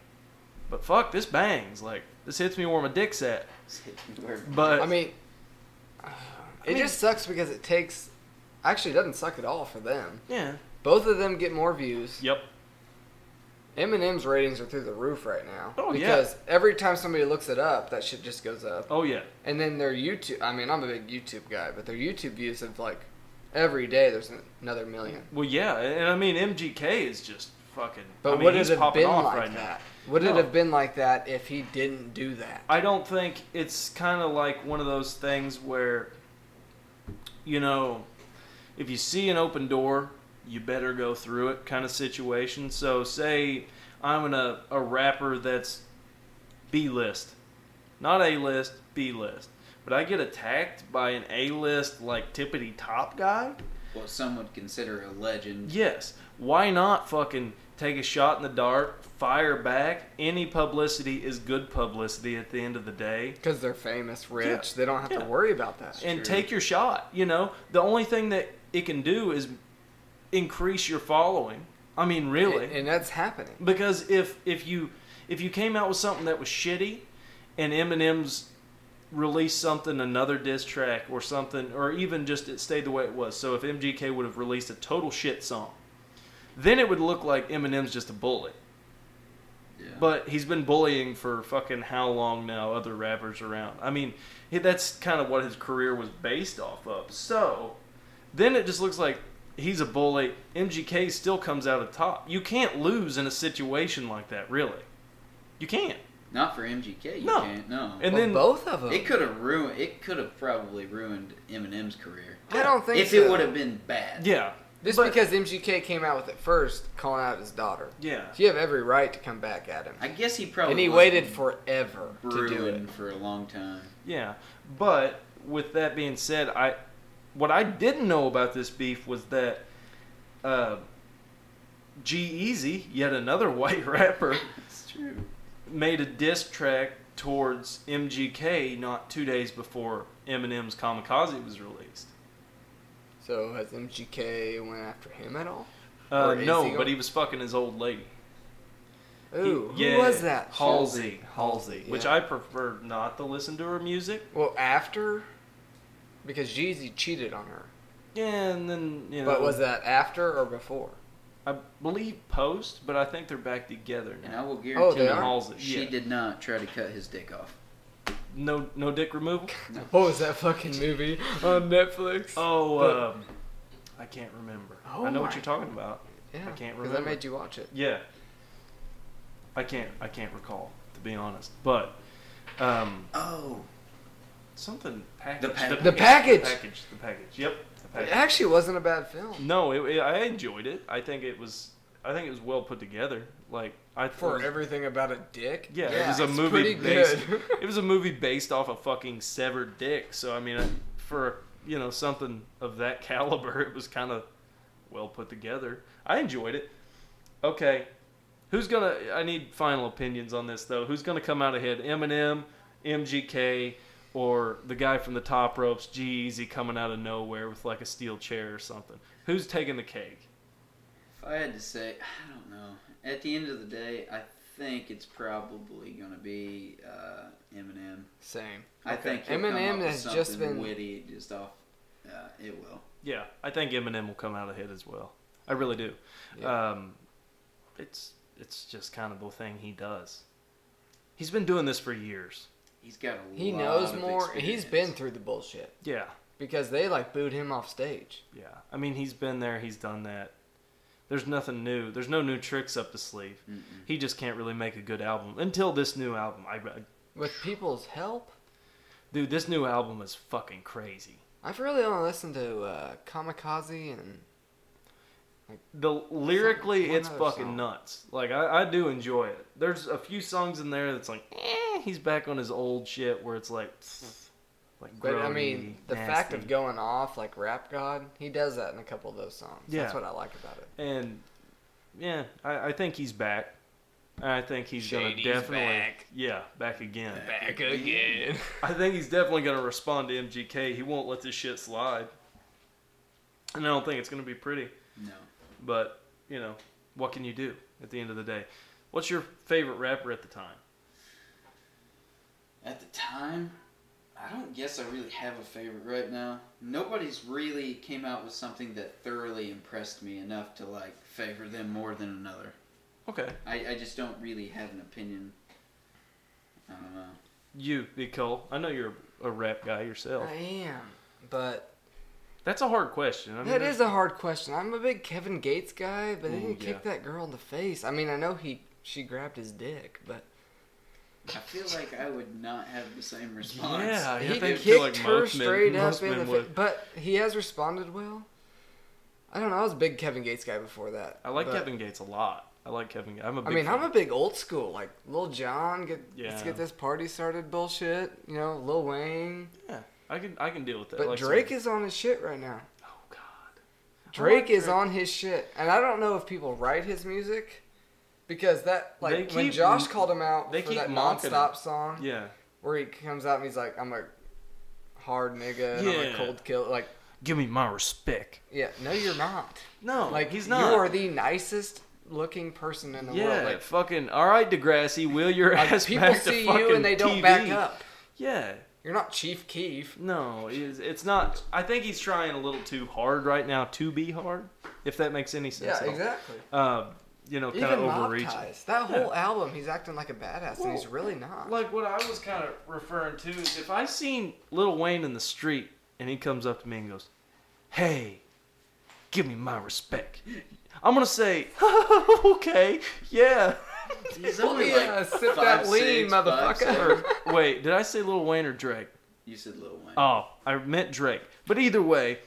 Speaker 1: but fuck, this bangs like this hits me where my dick's at."
Speaker 2: where
Speaker 1: But
Speaker 3: I mean it
Speaker 1: Uh, mean-
Speaker 3: just sucks because it takes actually it doesn't suck at all for them.
Speaker 1: yeah,
Speaker 3: Both of them get more views.
Speaker 1: yep.
Speaker 3: Eminem's ratings are through the roof right now
Speaker 1: Oh, yeah.
Speaker 3: because every time somebody looks it up, that shit just goes up.
Speaker 1: Oh yeah.
Speaker 3: And then their YouTube, I mean, I'm a big YouTube guy, but their YouTube views have like every day there's another million.
Speaker 1: Well, yeah, and I mean MGK is just fucking.
Speaker 3: But
Speaker 1: I mean,
Speaker 3: would it
Speaker 1: he's
Speaker 3: have
Speaker 1: popping
Speaker 3: been
Speaker 1: off
Speaker 3: like
Speaker 1: right now.
Speaker 3: that? Would
Speaker 1: No.
Speaker 3: it have been like that if he didn't do that?
Speaker 1: I don't think it's kind of like one of those things where, you know, if you see an open door, you better go through it kind of situation. So, say I'm in a, a rapper that's B list, not A list, B list, but I get attacked by an A list, like tippity top guy.
Speaker 2: what some would consider a legend.
Speaker 1: Yes. Why not fucking take a shot in the dark, fire back? Any publicity is good publicity at the end of the day.
Speaker 3: Because they're famous, rich,
Speaker 1: Yeah.
Speaker 3: they don't have
Speaker 1: Yeah.
Speaker 3: to worry about that.
Speaker 1: and
Speaker 2: true.
Speaker 1: take your shot, you know? The only thing that it can do is increase your following. I mean, really.
Speaker 3: and, and that's happening.
Speaker 1: because if if you if you came out with something that was shitty and Eminem's released something another diss track or something or even just it stayed the way it was. So if MGK would have released a total shit song, then it would look like Eminem's just a bully.
Speaker 2: Yeah.
Speaker 1: But he's been bullying for fucking how long now? Other rappers around. I mean, he- that's kind of what his career was based off of. So then it just looks like he's a bully. MGK still comes out of top. You can't lose in a situation like that, really. You can't.
Speaker 2: not for MGK, you
Speaker 1: No.
Speaker 2: can't. No.
Speaker 1: And
Speaker 3: Well,
Speaker 1: then
Speaker 3: both of them.
Speaker 2: it could have ruined. It could have probably ruined Eminem's career
Speaker 3: I don't think
Speaker 2: if
Speaker 3: so.
Speaker 2: it would have been bad.
Speaker 1: yeah,
Speaker 3: Just
Speaker 1: but-
Speaker 3: because MGK came out with it first, calling out his daughter.
Speaker 1: yeah.
Speaker 3: You have every right to come back at him.
Speaker 2: I guess he probably
Speaker 3: And he
Speaker 2: was
Speaker 3: waited forever to
Speaker 2: brewing
Speaker 3: do it.
Speaker 2: for a long time.
Speaker 1: Yeah, but with that being said, I what I didn't know about this beef was that uh, G Easy, yet another white rapper,
Speaker 2: It's true.
Speaker 1: made a diss track towards MGK not two days before Eminem's Kamikaze was released.
Speaker 3: So has MGK went after him at all?
Speaker 1: Uh,
Speaker 3: Or is
Speaker 1: no,
Speaker 3: he go-
Speaker 1: but he was fucking his old lady. He-
Speaker 3: Ooh,
Speaker 1: yeah,
Speaker 3: who was that?
Speaker 1: Halsey.
Speaker 3: Halsey,
Speaker 1: Which
Speaker 3: yeah.
Speaker 1: I prefer not to listen to her music.
Speaker 3: Well, after, because Jeezy cheated on her.
Speaker 1: Yeah, and then you know.
Speaker 3: But was that after or before?
Speaker 1: I believe post, but I think they're back together
Speaker 2: And
Speaker 1: now.
Speaker 2: I will
Speaker 3: Oh,
Speaker 2: guarantee
Speaker 3: they
Speaker 1: Tim and
Speaker 3: are?
Speaker 1: Halsey.
Speaker 2: she
Speaker 1: yeah.
Speaker 2: did not try to cut his dick off.
Speaker 1: No, no dick removal.
Speaker 3: What was that fucking movie on Netflix?
Speaker 1: Oh, um, I can't remember.
Speaker 3: Oh
Speaker 1: I know
Speaker 3: my-
Speaker 1: what you're talking about.
Speaker 3: yeah,
Speaker 1: I can't
Speaker 3: I
Speaker 1: remember.
Speaker 3: made you watch it.
Speaker 1: Yeah. I can't. I can't recall to be honest, but um,
Speaker 2: Oh,
Speaker 1: something package.
Speaker 2: pack-
Speaker 3: The package!
Speaker 1: The package. The package. Yep. The
Speaker 3: It
Speaker 1: package.
Speaker 3: actually wasn't a bad film.
Speaker 1: No, it, it- I enjoyed it. I think it was. I think it was well put together. Like I thought.
Speaker 3: For everything about a dick.
Speaker 1: Yeah, it was a
Speaker 3: it's
Speaker 1: movie
Speaker 3: pretty
Speaker 1: based.
Speaker 3: good.
Speaker 1: it was a movie based off a fucking severed dick. So I mean, uh, for you know something of that caliber, it was kind of well put together. I enjoyed it. Okay, who's gonna? I need final opinions on this though. Who's gonna come out ahead? Eminem, MGK, or the guy from the top ropes, G Easy, coming out of nowhere with like a steel chair or something? Who's taking the cake?
Speaker 2: if I had to say, I don't know. At the end of the day, I think it's probably going to be uh, Eminem.
Speaker 3: Same.
Speaker 2: I
Speaker 1: Okay.
Speaker 2: think he'll come
Speaker 3: Eminem
Speaker 2: up with
Speaker 3: has just
Speaker 2: something
Speaker 3: been-
Speaker 2: witty, just off. Uh, it will.
Speaker 1: Yeah, I think Eminem will come out ahead as well. I really do. Um, it's it's just kind of the thing he does. He's been doing this for years.
Speaker 2: He's got a.
Speaker 3: He
Speaker 2: lot
Speaker 3: knows
Speaker 2: of
Speaker 3: more. and He's been
Speaker 2: experience.
Speaker 3: through the bullshit
Speaker 1: Yeah,
Speaker 3: because they like booed him off stage.
Speaker 1: yeah. I mean, he's been there. He's done that. There's nothing new. There's no new tricks up the sleeve.
Speaker 2: Mm-mm.
Speaker 1: He just can't really make a good album until this new album. I
Speaker 3: With people's help,
Speaker 1: dude, this new album is fucking crazy.
Speaker 3: I've really only listened to uh, Kamikaze and
Speaker 1: The lyrically,
Speaker 3: One
Speaker 1: it's
Speaker 3: other
Speaker 1: fucking
Speaker 3: song.
Speaker 1: nuts. Like I, I do enjoy it. There's a few songs in there that's like, eh, he's back on his old shit where it's like, pfft, like.
Speaker 3: But I mean,
Speaker 1: grody,
Speaker 3: the fact of
Speaker 1: nasty.
Speaker 3: going off like Rap God, he does that in a couple of those songs.
Speaker 1: Yeah.
Speaker 3: That's what I like about it.
Speaker 1: And yeah, I, I think he's back. I think he's
Speaker 3: Shady's
Speaker 1: gonna definitely
Speaker 3: back.
Speaker 1: yeah back again.
Speaker 2: Back again.
Speaker 1: I think he's definitely gonna respond to MGK. He won't let this shit slide. And I don't think it's gonna be pretty.
Speaker 2: No.
Speaker 1: But you know, what can you do at the end of the day? What's your favorite rapper at the time?
Speaker 2: At the time, I don't guess I really have a favorite right now. Nobody's really came out with something that thoroughly impressed me enough to like favor them more than another.
Speaker 1: Okay,
Speaker 2: I, I just don't really have an opinion. I don't know.
Speaker 1: you, Big Cole. I know you're a rap guy yourself.
Speaker 3: I am, but
Speaker 1: That's a hard question. I mean, Mm,
Speaker 3: that is a hard question. I'm a big Kevin Gates guy, but they
Speaker 1: Ooh,
Speaker 3: didn't kick that girl in the face. I mean, I know he she grabbed his dick, but
Speaker 2: I feel like I would not have the same response.
Speaker 1: Yeah, I
Speaker 3: he
Speaker 1: think
Speaker 3: kicked
Speaker 1: feel like
Speaker 3: her
Speaker 1: most men-
Speaker 3: straight
Speaker 1: most
Speaker 3: up in
Speaker 1: men
Speaker 3: the face.
Speaker 1: would.
Speaker 3: But he has responded well. I don't know. I was a big Kevin Gates guy before that.
Speaker 1: I like
Speaker 3: but-
Speaker 1: Kevin Gates a lot. I like Kevin. I'm a big
Speaker 3: I mean,
Speaker 1: fan.
Speaker 3: I'm a big old school, like Lil Jon, get, let's
Speaker 1: Yeah.
Speaker 3: get this party started bullshit. You know, Lil Wayne.
Speaker 1: yeah, I can I can deal with that.
Speaker 3: But
Speaker 1: like some-
Speaker 3: Drake is on his shit right now.
Speaker 1: Oh God.
Speaker 3: Drake
Speaker 1: like
Speaker 3: is
Speaker 1: Drake.
Speaker 3: on his shit, and I don't know if people write his music because that
Speaker 1: They
Speaker 3: like when
Speaker 1: keep-
Speaker 3: Josh called him out
Speaker 1: they
Speaker 3: for
Speaker 1: keep
Speaker 3: that
Speaker 1: mocking
Speaker 3: nonstop
Speaker 1: him.
Speaker 3: song
Speaker 1: Yeah.
Speaker 3: where he comes out and he's like, "I'm a hard nigga, and I'm a
Speaker 1: Yeah.
Speaker 3: cold kill." Like,
Speaker 1: Give me my respect.
Speaker 3: yeah, no, you're not.
Speaker 1: No,
Speaker 3: like,
Speaker 1: like he's not.
Speaker 3: You are the nicest looking person in the
Speaker 1: yeah,
Speaker 3: world. Like,
Speaker 1: fucking. All right, Degrassi, wheel your
Speaker 3: like,
Speaker 1: ass
Speaker 3: people
Speaker 1: back
Speaker 3: see
Speaker 1: to fucking
Speaker 3: you and they don't
Speaker 1: TV.
Speaker 3: back up.
Speaker 1: Yeah,
Speaker 3: You're not Chief Keef.
Speaker 1: no, it's, it's not. I think he's trying a little too hard right now to be hard, if that makes any sense.
Speaker 3: Yeah,
Speaker 1: at all.
Speaker 3: exactly.
Speaker 1: Um, you know, kind of
Speaker 3: Even Mob
Speaker 1: overreaching.
Speaker 3: Ties. That
Speaker 1: Yeah.
Speaker 3: whole album, he's acting like a badass, and he's
Speaker 1: Well,
Speaker 3: really not.
Speaker 1: Like what I was kind of referring to is if I seen Lil Wayne in the street and he comes up to me and goes, "Hey, give me my respect," I'm gonna say, "Okay, yeah."
Speaker 2: He's
Speaker 3: Well,
Speaker 2: only
Speaker 3: yeah,
Speaker 2: like
Speaker 3: uh, sip
Speaker 2: five,
Speaker 3: that lean,
Speaker 2: six, five,
Speaker 3: motherfucker.
Speaker 2: seven.
Speaker 1: Wait, did I say Lil Wayne or Drake?
Speaker 2: You said Lil Wayne.
Speaker 1: Oh, I meant Drake. But either way,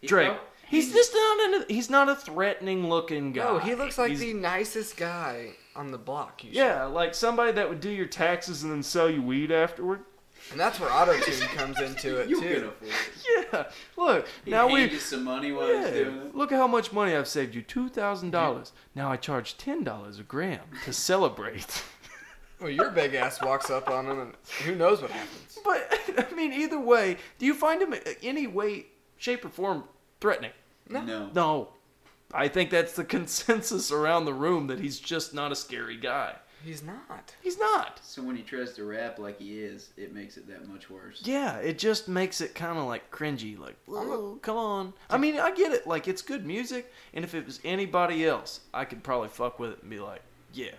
Speaker 2: He-
Speaker 1: Drake.
Speaker 2: oh,
Speaker 1: He's just not an, he's not a threatening looking guy.
Speaker 3: No, he looks like
Speaker 1: He's-
Speaker 3: the nicest guy on the block. usually.
Speaker 1: yeah, like somebody that would do your taxes and then sell you weed afterward.
Speaker 3: and that's where auto tune comes into it
Speaker 2: You could
Speaker 3: too.
Speaker 2: afford it.
Speaker 1: Yeah, look
Speaker 2: He
Speaker 1: now
Speaker 2: hand
Speaker 1: we
Speaker 2: you some money while he's doing
Speaker 1: Yeah.
Speaker 2: it.
Speaker 1: Look at how much money I've saved you two thousand dollars. Now I charge ten dollars a gram to celebrate.
Speaker 3: Well, your big ass walks up on him, and who knows what happens?
Speaker 1: but I mean, either way, do you find him any way, uh, shape, or form threatening.
Speaker 3: No.
Speaker 2: No.
Speaker 1: No. I think that's the consensus around the room that he's just not a scary guy.
Speaker 3: He's not.
Speaker 1: He's not.
Speaker 2: So when he tries to rap like he is, it makes it that much worse.
Speaker 1: Yeah, it just makes it kind of like cringy. Like, whoa, come on. I mean, I get it. Like, it's good music, and if it was anybody else, I could probably fuck with it and be like, yeah,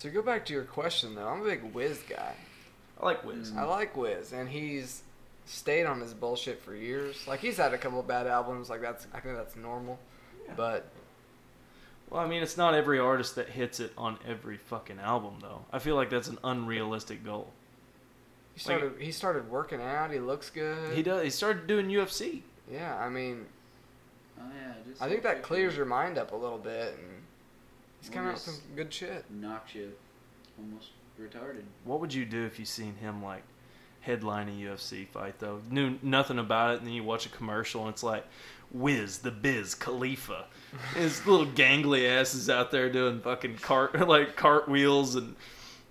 Speaker 3: To go back to your question though, I'm a big Wiz guy.
Speaker 1: I like Wiz.
Speaker 3: I like Wiz, and he's stayed on his bullshit for years. Like he's had a couple bad albums. Like that's I think that's normal.
Speaker 1: Yeah.
Speaker 3: But
Speaker 1: Well, I mean, it's not every artist that hits it on every fucking album, though. I feel like that's an unrealistic goal.
Speaker 3: he started he started working out. He looks good.
Speaker 1: He does. He started doing UFC.
Speaker 3: Yeah, I mean,
Speaker 2: Oh yeah. I Just
Speaker 3: I think that clears your mind up a little bit, and he's coming out with some good shit.
Speaker 2: Knocks you almost retarded.
Speaker 1: What would you do if you seen him like headline a UFC fight though? Knew nothing about it, and then you watch a commercial and it's like Wiz the Biz Khalifa. His little gangly ass is out there doing fucking cart like cartwheels and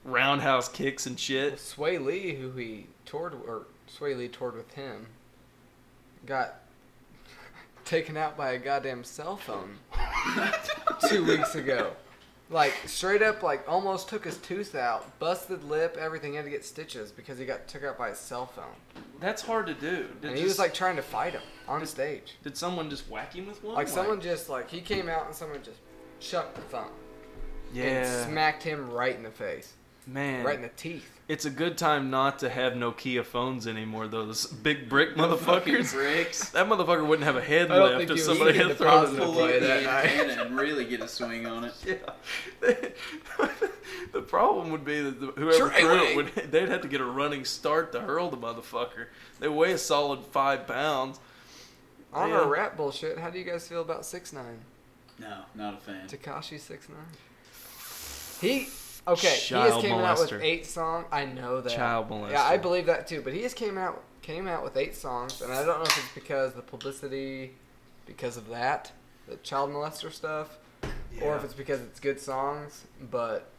Speaker 1: roundhouse kicks and
Speaker 3: Well,
Speaker 1: shit.
Speaker 3: Sway Lee, who he toured or Sway Lee toured with him, got taken out by a goddamn cell phone two weeks ago. Like straight up, like almost took his tooth out, busted lip, everything. He had to get stitches because he got took out by his cell phone,
Speaker 1: That's hard to do. Did
Speaker 3: and he
Speaker 1: just-
Speaker 3: was like trying to fight him on stage.
Speaker 1: did someone just whack him with one?
Speaker 3: Like someone just like he came out and someone just chucked the phone
Speaker 1: yeah,
Speaker 3: and smacked him right in the face,
Speaker 1: man.
Speaker 3: right in the teeth.
Speaker 1: It's a good time not to have Nokia phones anymore. Those big brick motherfuckers.
Speaker 2: bricks.
Speaker 1: That motherphone wouldn't have a head
Speaker 3: I don't
Speaker 1: left
Speaker 3: think
Speaker 1: if
Speaker 3: you-
Speaker 1: somebody
Speaker 3: he
Speaker 1: had
Speaker 3: could
Speaker 1: thrown it
Speaker 3: deposit
Speaker 1: in
Speaker 3: a
Speaker 1: the
Speaker 2: Pull up
Speaker 3: play
Speaker 2: the
Speaker 3: that night.
Speaker 2: antenna and really get a swing on it.
Speaker 1: Yeah. the problem would be that the, whoever
Speaker 3: Sure,
Speaker 1: threw
Speaker 3: anyway.
Speaker 1: it would they'd have to get a running start to hurl the motherfucker. They weigh a solid five pounds.
Speaker 3: On
Speaker 1: Yeah.
Speaker 3: our rap bullshit, how do you guys feel about six nine?
Speaker 2: No, not a fan.
Speaker 3: Takashi six nine. He okay. he
Speaker 1: Child
Speaker 3: just came out
Speaker 1: molester.
Speaker 3: with eight songs. I know that.
Speaker 1: Child
Speaker 3: Yeah, I
Speaker 1: molester.
Speaker 3: believe that too. But he just came out came out with eight songs, and I don't know if it's because the publicity, because of that, the child molester stuff, or if it's because it's good songs. But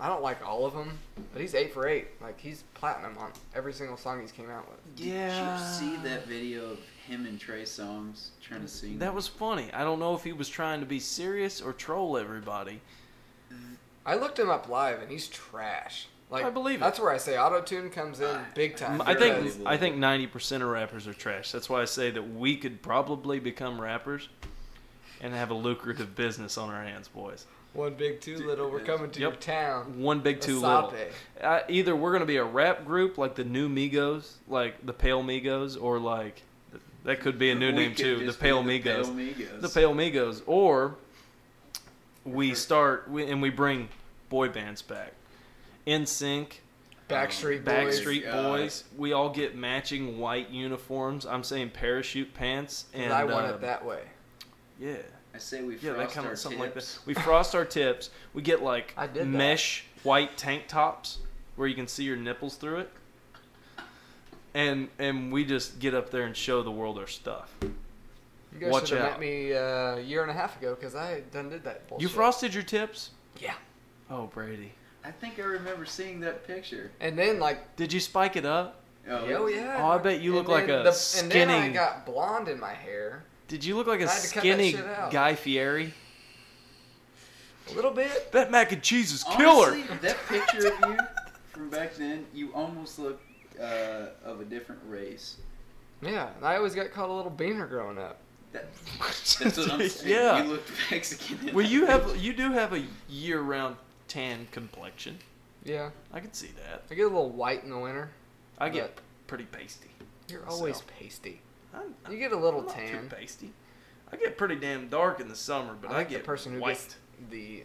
Speaker 3: I don't like all of them. But he's eight for eight. Like he's platinum on every single song he's came out with.
Speaker 1: Yeah.
Speaker 2: Did you see that video of him and Trey Songs trying to sing?
Speaker 1: That was funny. I don't know if he was trying to be serious or troll everybody.
Speaker 3: I looked him up live, and he's trash. Like
Speaker 1: I believe it.
Speaker 3: That's where I say auto tune comes in big time.
Speaker 1: I think
Speaker 3: because-
Speaker 1: I think ninety percent of rappers are trash. That's why I say that we could probably become rappers and have a lucrative business on our hands, boys.
Speaker 3: One big, two little. We're coming to your
Speaker 1: Yep.
Speaker 3: town.
Speaker 1: One big, two little.
Speaker 3: Asape.
Speaker 1: I, either we're gonna be a rap group like the New Migos, like the Pale Migos, or like that could be a new
Speaker 2: We
Speaker 1: name
Speaker 2: could
Speaker 1: too, the
Speaker 2: just
Speaker 1: Pale
Speaker 2: be the
Speaker 1: Migos,
Speaker 2: Pale Migos.
Speaker 1: the Pale Migos, or we start we, and we bring boy bands back, In Sync,
Speaker 3: Backstreet Boys.
Speaker 1: Backstreet
Speaker 2: God.
Speaker 1: Boys. We all get matching white uniforms. I'm saying parachute pants,
Speaker 3: 'Cause
Speaker 1: and
Speaker 3: I want
Speaker 1: uh,
Speaker 3: it that way.
Speaker 1: Yeah,
Speaker 2: I say we
Speaker 1: yeah, that
Speaker 2: frost
Speaker 1: kind
Speaker 2: our
Speaker 1: of something like that.
Speaker 2: tips.
Speaker 1: We frost our tips. We get like
Speaker 3: I did that.
Speaker 1: mesh white tank tops where you can see your nipples through it, and and we just get up there and show the world our stuff.
Speaker 3: You guys
Speaker 1: Watch
Speaker 3: should have
Speaker 1: out.
Speaker 3: met me uh, a year and a half ago because I done did that bullshit.
Speaker 1: You frosted your tips?
Speaker 3: Yeah.
Speaker 1: Oh, Brady,
Speaker 2: I think I remember seeing that picture.
Speaker 3: And then like,
Speaker 1: did you spike it up?
Speaker 2: Oh,
Speaker 3: oh yeah.
Speaker 1: Oh, I bet you
Speaker 3: And
Speaker 1: look like
Speaker 3: then
Speaker 1: a
Speaker 3: And then I
Speaker 1: skinny-
Speaker 3: got blonde in my hair,
Speaker 1: Did you look like a
Speaker 3: I had to cut that
Speaker 1: skinny
Speaker 3: shit out.
Speaker 1: Guy Fieri?
Speaker 3: a little bit.
Speaker 1: That mac and cheese is killer.
Speaker 2: Honestly, that picture of you from back then, you almost look uh, of a different race.
Speaker 3: Yeah. And I always got called a little beaner growing up.
Speaker 2: That, that's what I'm saying.
Speaker 1: Yeah.
Speaker 2: You looked Mexican. in
Speaker 1: Well,
Speaker 2: that
Speaker 1: you have
Speaker 2: picture.
Speaker 1: you do have a year-round tan complexion.
Speaker 3: Yeah.
Speaker 1: I can see that.
Speaker 3: I get a little white in the winter.
Speaker 1: I get pretty pasty.
Speaker 3: You're always
Speaker 1: So.
Speaker 3: pasty.
Speaker 1: I'm,
Speaker 3: You get a little
Speaker 1: I'm not
Speaker 3: tan.
Speaker 1: too pasty. I get pretty damn dark in the summer, but
Speaker 3: I
Speaker 1: I,
Speaker 3: like
Speaker 1: get
Speaker 3: the person who
Speaker 1: white.
Speaker 3: gets the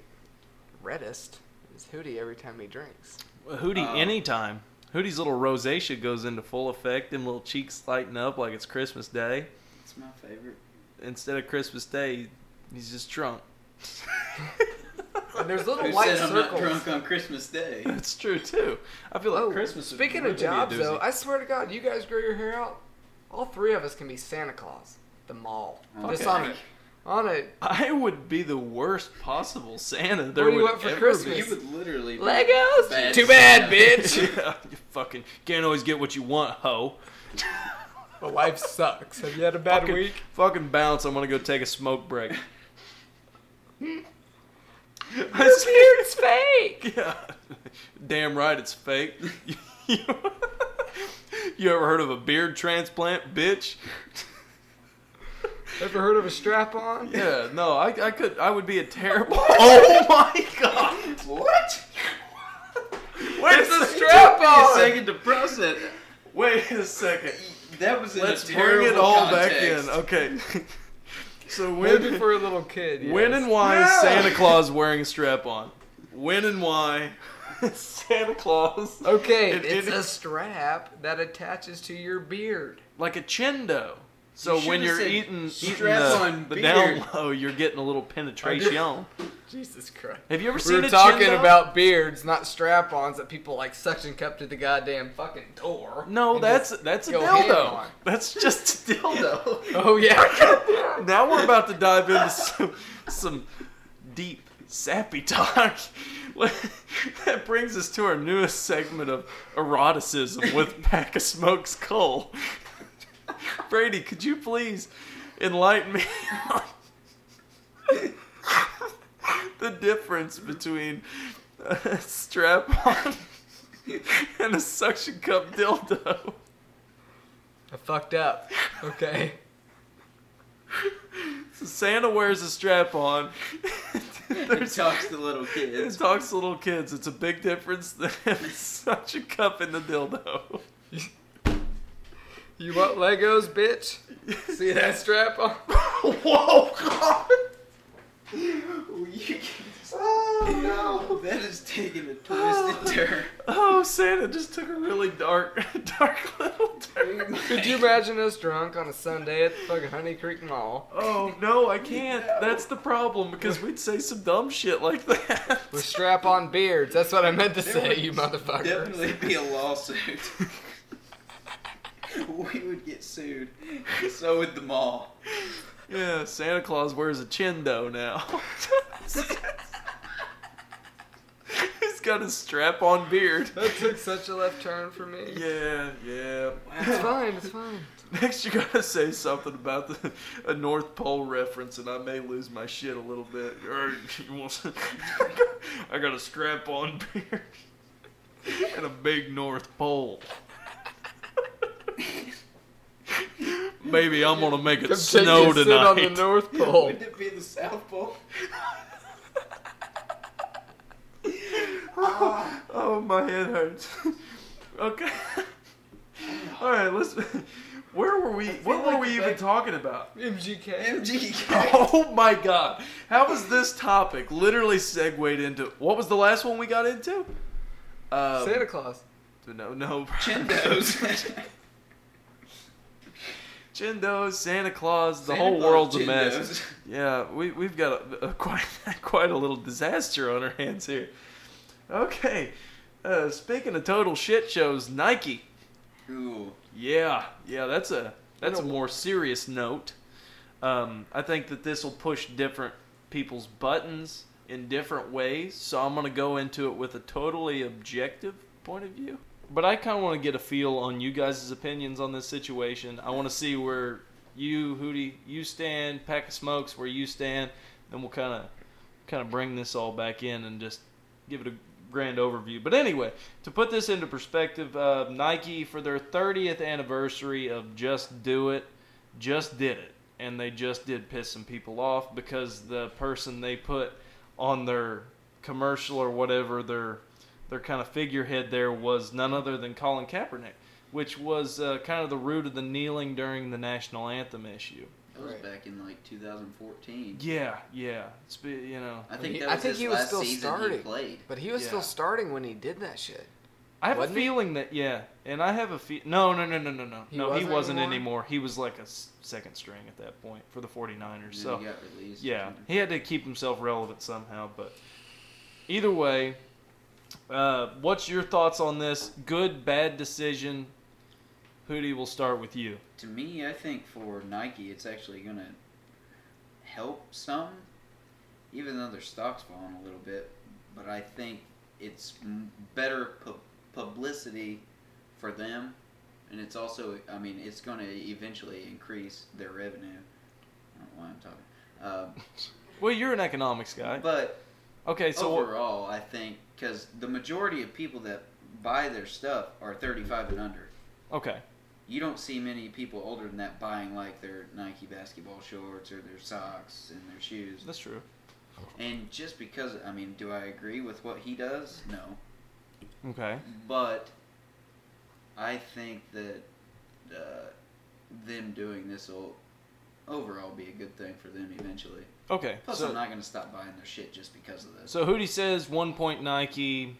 Speaker 3: reddest is Hootie every time he drinks.
Speaker 1: Well, Hootie
Speaker 3: uh,
Speaker 2: Oh.
Speaker 1: anytime. Hootie's little rosacea goes into full effect, and little cheeks lighten up like it's Christmas Day.
Speaker 2: It's my favorite.
Speaker 1: Instead of Christmas Day, he's just drunk.
Speaker 3: And there's little
Speaker 2: Who
Speaker 3: white
Speaker 2: said I'm not
Speaker 3: circles.
Speaker 2: drunk on Christmas Day?
Speaker 1: That's true too. I feel like
Speaker 3: Oh,
Speaker 1: Christmas. would
Speaker 3: Speaking
Speaker 1: really
Speaker 3: of
Speaker 1: be a
Speaker 3: jobs, though,
Speaker 1: doozy.
Speaker 3: I swear to God, you guys grow your hair out. All three of us can be Santa Claus. The mall.
Speaker 2: Okay.
Speaker 3: Just on a, on a
Speaker 1: I would be the worst possible Santa there
Speaker 3: do you
Speaker 1: would
Speaker 3: want for
Speaker 1: ever
Speaker 3: Christmas?
Speaker 1: be.
Speaker 2: You would literally. be
Speaker 3: Legos.
Speaker 2: bad
Speaker 3: Too bad,
Speaker 2: Santa.
Speaker 3: bitch.
Speaker 1: yeah, you fucking can't always get what you want, hoe.
Speaker 3: My life sucks. Have you had a bad
Speaker 1: fucking,
Speaker 3: week?
Speaker 1: Fucking bounce. I'm gonna go take a smoke break. I
Speaker 3: It's fake.
Speaker 1: swear, yeah. Damn right, it's fake. you ever heard of a beard transplant, bitch?
Speaker 3: Ever heard of a strap on?
Speaker 1: Yeah, no, I, I could, I would be a terrible. oh my god!
Speaker 2: What?
Speaker 1: Wait
Speaker 3: It's a
Speaker 1: a second.
Speaker 3: strap
Speaker 2: A
Speaker 3: on.
Speaker 2: second to process.
Speaker 1: Wait a second.
Speaker 2: That was in
Speaker 1: Let's
Speaker 2: a terrible
Speaker 1: bring it all
Speaker 2: context.
Speaker 1: back in. Okay. so when
Speaker 3: Maybe for a little kid. Yes.
Speaker 1: when and why is
Speaker 2: No.
Speaker 1: Santa Claus wearing a strap on? When and why Santa Claus
Speaker 3: Okay,
Speaker 1: It-
Speaker 3: it's
Speaker 1: it-
Speaker 3: a strap that attaches to your beard.
Speaker 1: like a chindo? So
Speaker 2: You
Speaker 1: when
Speaker 2: should've
Speaker 1: you're
Speaker 2: said
Speaker 1: eating, eating the,
Speaker 2: strap-on
Speaker 1: the
Speaker 2: beard.
Speaker 1: down low, you're getting a little penetration.
Speaker 3: Jesus Christ.
Speaker 1: Have you ever seen
Speaker 3: We were
Speaker 1: a
Speaker 3: talking
Speaker 1: chindo?
Speaker 3: about beards, not strap-ons that people like suction cup to the goddamn fucking door.
Speaker 1: No,
Speaker 3: and
Speaker 1: that's
Speaker 3: just-
Speaker 1: that's a
Speaker 3: go ham
Speaker 1: dildo.
Speaker 3: on.
Speaker 1: That's just a dildo.
Speaker 3: oh yeah.
Speaker 1: now we're about to dive into some, some deep, sappy talk. that brings us to our newest segment of eroticism with Pack of Smokes Cole. Brady, could you please enlighten me on the difference between a strap on and a suction cup dildo?
Speaker 3: I fucked up. Okay.
Speaker 1: Santa wears a strap on.
Speaker 2: It talks to little
Speaker 1: It
Speaker 2: kids.
Speaker 1: talks to little kids. It's a big difference than such a cup in the dildo.
Speaker 3: You want Legos, bitch? See that strap on?
Speaker 1: Whoa, God!
Speaker 2: Oh no! That is taking a twisted turn.
Speaker 1: Oh, Santa just took a really dark, dark little turn.
Speaker 3: Could you imagine us drunk on a Sunday at the fucking Honey Creek Mall
Speaker 1: Oh no, I can't. That's the problem because we'd say some dumb shit like that.
Speaker 3: with strap-on beards? That's what I meant to
Speaker 2: There
Speaker 3: say,
Speaker 2: would
Speaker 3: you motherfucker.
Speaker 2: Definitely be a lawsuit. we would get sued. So would the mall.
Speaker 1: Yeah, Santa Claus wears a chindo now. He's got his strap-on beard.
Speaker 3: That took such a left turn for me.
Speaker 1: Yeah, yeah.
Speaker 3: It's fine. It's fine.
Speaker 1: Next, you gotta say something about the, a North Pole reference, and I may lose my shit a little bit. Or you want some- I got a strap-on beard and a big North Pole. Maybe I'm gonna make it
Speaker 3: Come take
Speaker 1: snow
Speaker 3: you a sit on the
Speaker 1: tonight.
Speaker 3: North Pole.
Speaker 2: Wouldn't it be the South Pole?
Speaker 1: Oh, my head hurts. okay. All right, let's. Where were we? What were
Speaker 3: like
Speaker 1: we
Speaker 3: the
Speaker 1: even
Speaker 3: fact-
Speaker 1: talking about?
Speaker 3: MGK.
Speaker 2: MGK.
Speaker 1: Oh my god. How was this topic literally segued into what was the last one we got into? Uh,
Speaker 3: Santa Claus.
Speaker 1: No, no.
Speaker 2: Chindos.
Speaker 1: Chindos, Santa Claus, the
Speaker 2: Santa
Speaker 1: whole
Speaker 2: Claus
Speaker 1: world's a
Speaker 2: Chindos.
Speaker 1: mess. Yeah, we, we've got a, a quite, quite a little disaster on our hands here. Okay. Uh, speaking of total shit shows, Nike.
Speaker 2: Ooh.
Speaker 1: Yeah, yeah, that's a that's a
Speaker 3: know-
Speaker 1: more serious note. Um, I think that this will push different people's buttons in different ways. So I'm gonna go into it with a totally objective point of view. But I kind of want to get a feel on you guys' opinions on this situation. I want to see where you, Hootie, you stand, Pack of Smokes, where you stand, and we'll kind of kind of bring this all back in and just give it a grand overview. But anyway, to put this into perspective, uh, Nike for their 30th anniversary of Just Do It, just did it, and they just did piss some people off because the person they put on their commercial or whatever their their kind of figurehead there was none other than Colin Kaepernick, which was uh, kind of the root of the kneeling during the national anthem issue.
Speaker 2: That was
Speaker 3: Right.
Speaker 2: back in like 2014.
Speaker 1: Yeah, yeah, it's be- you know,
Speaker 2: I think
Speaker 3: He-
Speaker 2: that
Speaker 3: I
Speaker 2: was
Speaker 3: think
Speaker 2: his
Speaker 3: he was
Speaker 2: last
Speaker 3: still
Speaker 2: season
Speaker 3: starting.
Speaker 2: he played.
Speaker 3: But he was
Speaker 1: Yeah.
Speaker 3: still starting when he did that shit.
Speaker 1: I have a
Speaker 3: Wasn't he?
Speaker 1: feeling that yeah, and I have a fe- no, no, no, no, no, no,
Speaker 3: He
Speaker 1: no. he
Speaker 3: wasn't
Speaker 1: wasn't anymore?
Speaker 3: anymore?
Speaker 1: He was like a s- second string at that point for the 49ers.
Speaker 2: Then
Speaker 1: So
Speaker 2: he got released.
Speaker 1: Yeah, he had to keep himself relevant somehow. But either way, uh, what's your thoughts on this? Good, bad decision. Hootie, we'll start with you.
Speaker 2: To me, I think for Nike, it's actually going to help some, even though their stock's falling a little bit. But I think it's m- better pu- publicity for them and it's also I mean it's going to eventually increase their revenue. I don't know why I'm talking. Uh,
Speaker 1: Well, you're an economics guy.
Speaker 2: But
Speaker 1: okay, so
Speaker 2: overall, I think because the majority of people that buy their stuff are 35 and under.
Speaker 1: okay,
Speaker 2: You don't see many people older than that buying like their Nike basketball shorts or their socks and their shoes.
Speaker 1: that's true.
Speaker 2: And just because, I mean, do I agree with what he does? No.
Speaker 1: Okay,
Speaker 2: But I think that uh, them doing this will overall be a good thing for them eventually.
Speaker 1: okay.
Speaker 2: Plus,
Speaker 1: so,
Speaker 2: I'm not going to stop buying their shit just because of this.
Speaker 1: so Hootie says one point Nike.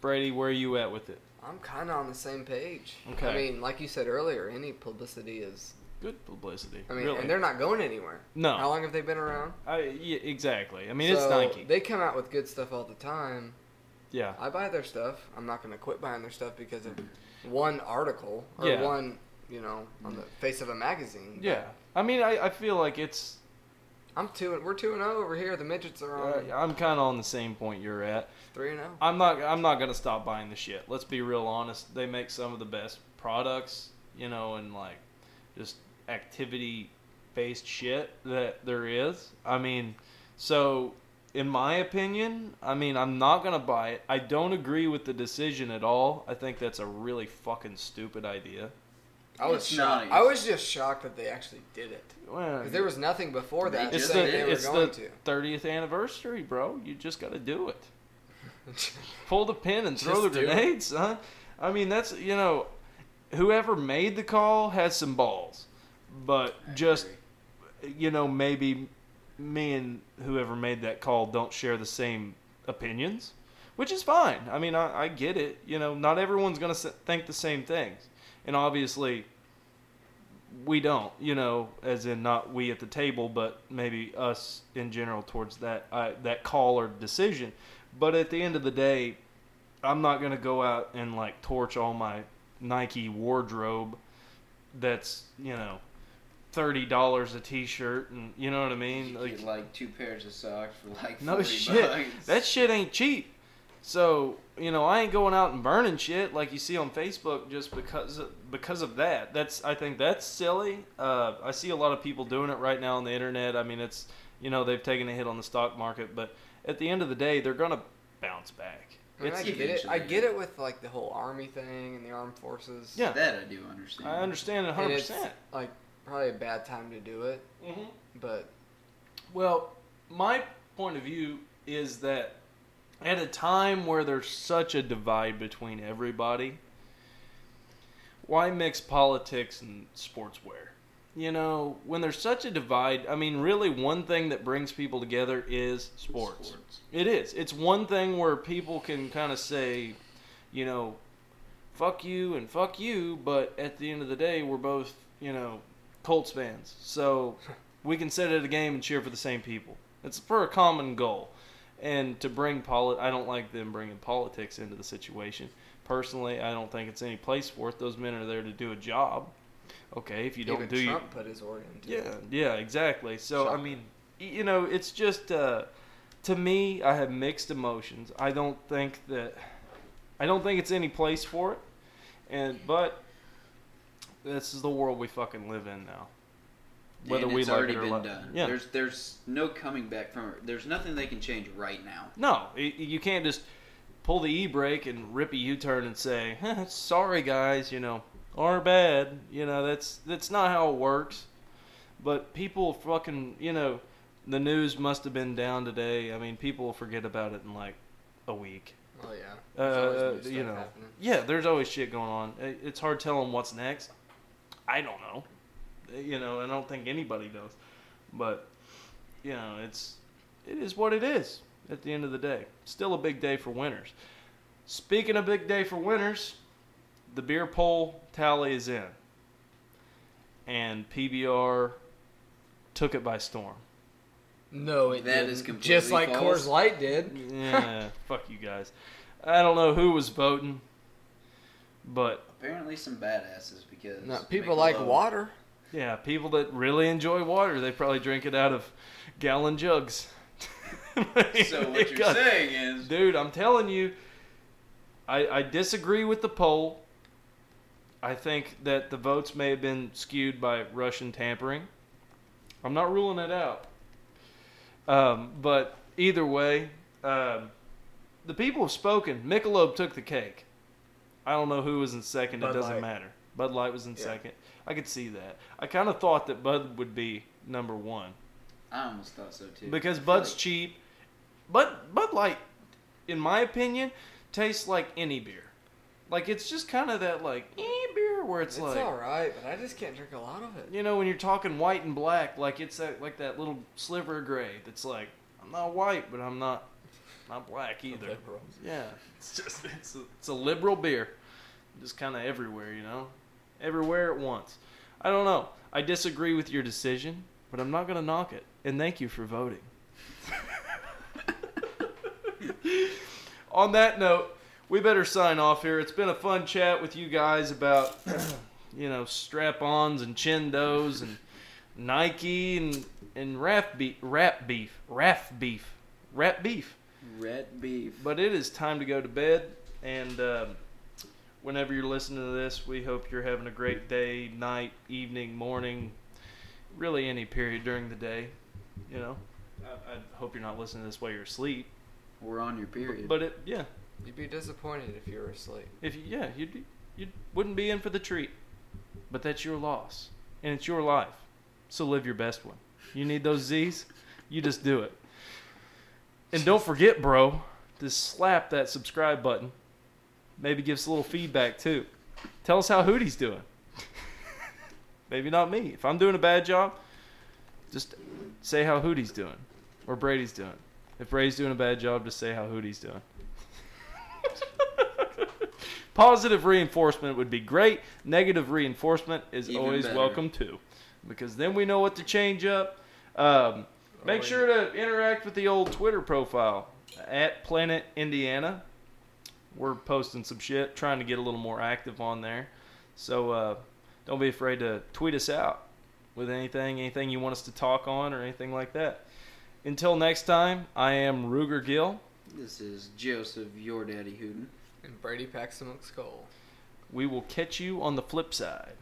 Speaker 1: Brady, where are you at with it?
Speaker 3: I'm kind of on the same page. I
Speaker 1: Okay.
Speaker 3: mean, like you said earlier, any publicity is.
Speaker 1: Good publicity.
Speaker 3: I mean,
Speaker 1: really.
Speaker 3: and they're not going anywhere.
Speaker 1: No.
Speaker 3: How long have they been around?
Speaker 1: I, yeah, exactly. Oh. I mean, it's
Speaker 3: So,
Speaker 1: Nike.
Speaker 3: They Uh, come out with good stuff all the time.
Speaker 1: yeah.
Speaker 3: I buy their stuff. I'm not going to quit buying their stuff because of one article or
Speaker 1: Yeah.
Speaker 3: one, you know, on the face of a magazine. But
Speaker 1: Yeah. I mean, I, I feel like it's.
Speaker 3: I'm two. We're two and zero over here. The midgets are
Speaker 1: Uh,
Speaker 3: on
Speaker 1: I'm kind of on the same point you're at.
Speaker 3: three and oh. zero.
Speaker 1: I'm not. I'm not gonna stop buying the shit. Let's be real honest. They make some of the best products, you know, and like just activity based shit that there is. I mean, so in my opinion, I mean, I'm not gonna buy it. I don't agree with the decision at all. I think that's a really fucking stupid idea.
Speaker 3: I was
Speaker 2: It's
Speaker 3: shocked.
Speaker 2: not
Speaker 3: I was just shocked that they actually did it.
Speaker 1: Well,
Speaker 3: 'Cause there was nothing before
Speaker 2: They
Speaker 3: that
Speaker 1: it's
Speaker 2: just
Speaker 3: saying
Speaker 2: did.
Speaker 1: the
Speaker 3: they were
Speaker 1: it's
Speaker 3: going
Speaker 1: the 30th anniversary, bro. You just gotta do it.
Speaker 3: to.
Speaker 1: pull the pin and throw
Speaker 3: Just
Speaker 1: the
Speaker 3: do it.
Speaker 1: grenade, son. I mean, that's you know, whoever made the call has some balls, but
Speaker 2: I
Speaker 1: just
Speaker 2: agree.
Speaker 1: you know, maybe me and whoever made that call don't share the same opinions, which is fine. I mean, I, I get it. You know, not everyone's gonna s- think the same things, and obviously. We don't, you know, as in not we at the table, but maybe us in general towards that uh, that call or decision. But at the end of the day, I'm not gonna go out and like torch all my Nike wardrobe. That's you know, thirty dollars a T-shirt, and you know what I mean.
Speaker 2: You
Speaker 1: Like,
Speaker 2: get like two pairs of socks for like
Speaker 1: no
Speaker 2: 40
Speaker 1: shit,
Speaker 2: bucks.
Speaker 1: that shit ain't cheap. So you know, I ain't going out and burning shit like you see on Facebook just because of, because of that. That's I think that's silly. Uh, I see a lot of people doing it right now on the internet. I mean, it's you know they've taken a hit on the stock market, but at the end of the day, they're gonna bounce back.
Speaker 3: I, mean,
Speaker 1: It's-
Speaker 3: I get it. I get it with like the whole army thing and the armed forces.
Speaker 1: Yeah.
Speaker 2: That I do understand.
Speaker 1: I understand it 100%.
Speaker 3: And it's, Like probably a bad time to do it,
Speaker 1: Mm-hmm.
Speaker 3: but
Speaker 1: Well, my point of view is that at a time where there's such a divide between everybody, why mix politics and sportswear? You know, when there's such a divide, I mean, really, one thing that brings people together is sports. It is. It's one thing where people can kind of say, you know, fuck you and fuck you, but at the end of the day, we're both, you know, Colts fans. So we can sit at a game and cheer for the same people. It's for a common goal. And to bring polit, I don't like them bringing politics into the situation. Personally, I don't think it's any place for it. Those men are there to do a job. Okay, if you don't
Speaker 3: even
Speaker 1: do your
Speaker 3: Trump put his order into
Speaker 1: yeah,
Speaker 3: it.
Speaker 1: yeah, exactly. So I
Speaker 3: Shocking.
Speaker 1: mean, y- you know, it's just uh, to me, I have mixed emotions. I don't think that I don't think it's any place for it, and but this is the world we fucking live in now. Whether
Speaker 2: and
Speaker 1: we
Speaker 2: it's
Speaker 1: like
Speaker 2: already
Speaker 1: it or
Speaker 2: been
Speaker 1: not.
Speaker 2: done.
Speaker 1: Yeah.
Speaker 2: There's there's no coming back from it. There's nothing they can change right now.
Speaker 1: No, y- you can't just pull the e brake and rip a U turn and say, "Huh, "Sorry, guys," you know, "Our bad." You know, that's that's not how it works. But people fucking, you know, the news must have been down today. I mean, people will forget about it in like a week.
Speaker 3: Oh yeah. There's
Speaker 1: Uh,
Speaker 3: always new
Speaker 1: you
Speaker 3: stuff
Speaker 1: know,
Speaker 3: happening.
Speaker 1: yeah, there's always shit going on. I- It's hard telling what's next. I don't know. Uh, You know, I don't think anybody knows. But you know, it's it is what it is. At the end of the day, still a big day for winners. Speaking of big day for winners, the beer poll tally is in, and PBR took it by storm.
Speaker 3: No, it
Speaker 2: That
Speaker 3: didn't.
Speaker 2: is
Speaker 3: just
Speaker 2: completely
Speaker 3: like
Speaker 2: false.
Speaker 3: Coors Light did.
Speaker 1: Yeah, fuck you guys. I don't know who was voting, but
Speaker 2: Apparently, some badasses because
Speaker 3: No,
Speaker 2: make
Speaker 3: people
Speaker 2: a
Speaker 3: like
Speaker 2: load.
Speaker 3: water.
Speaker 1: Yeah, people that really enjoy water, they probably drink it out of gallon jugs.
Speaker 2: So what you're
Speaker 1: God.
Speaker 2: saying is
Speaker 1: Dude, I'm telling you, I, I disagree with the poll. I think that the votes may have been skewed by Russian tampering. I'm not ruling it out. Um, but either way, um, the people have spoken. Michelob took the cake. I don't know who was in second. it
Speaker 5: Bud
Speaker 1: doesn't
Speaker 5: Light.
Speaker 1: matter. Bud Light was in
Speaker 3: Yeah.
Speaker 1: second. I could see that. I kind of thought that Bud would be number one
Speaker 2: I almost thought so too.
Speaker 1: because Bud's
Speaker 2: Like,
Speaker 1: cheap. Bud Bud Light, in my opinion, tastes like any beer. Like it's just kind of that like eh, beer where it's,
Speaker 3: It's
Speaker 1: like
Speaker 3: all right, but I just can't drink a lot of it.
Speaker 1: you know when you're talking white and black, like it's that, like that little sliver of gray that's like I'm not white, but I'm not not black either. Yeah, it's just it's a, it's a liberal beer, just kind of everywhere, you know, everywhere at once. I don't know. I disagree with your decision, but I'm not gonna knock it. And thank you for voting. On that note, we better sign off here. It's been a fun chat with you guys about you know strap-ons and chindos and Nike and and rap beef, rap beef, rap beef, rap beef.
Speaker 2: red beef.
Speaker 1: But it is time to go to bed. And um, whenever you're listening to this, we hope you're having a great day, night, evening, morning, really any period during the day. You know, I, I hope you're not listening to this while you're asleep.
Speaker 2: We're on your period.
Speaker 1: But it, yeah,
Speaker 3: You'd be disappointed if you were asleep.
Speaker 1: if you, yeah, you'd be, you wouldn't be in for the treat. But that's your loss, and it's your life. So live your best one. You need those Z's, you just do it. And don't forget, bro, to slap that subscribe button. Maybe give us a little feedback too. Tell us how Hootie's doing. Maybe not me. If I'm doing a bad job, just say how Hootie's doing or Brady's doing. If Brady's doing a bad job, just say how Hootie's doing. Positive reinforcement would be great. Negative reinforcement is
Speaker 2: Even
Speaker 1: always
Speaker 2: better.
Speaker 1: welcome too, because then we know what to change up. Um, make
Speaker 3: Always.
Speaker 1: sure to interact with the old Twitter profile at Planet Indiana. We're posting some shit, trying to get a little more active on there. So uh, don't be afraid to tweet us out with anything, anything you want us to talk on or anything like that. Until next time, I am Ruger Gill.
Speaker 2: this is Joseph, your daddy Hooten.
Speaker 3: And Brady packs a skull.
Speaker 1: We will catch you on the flip side.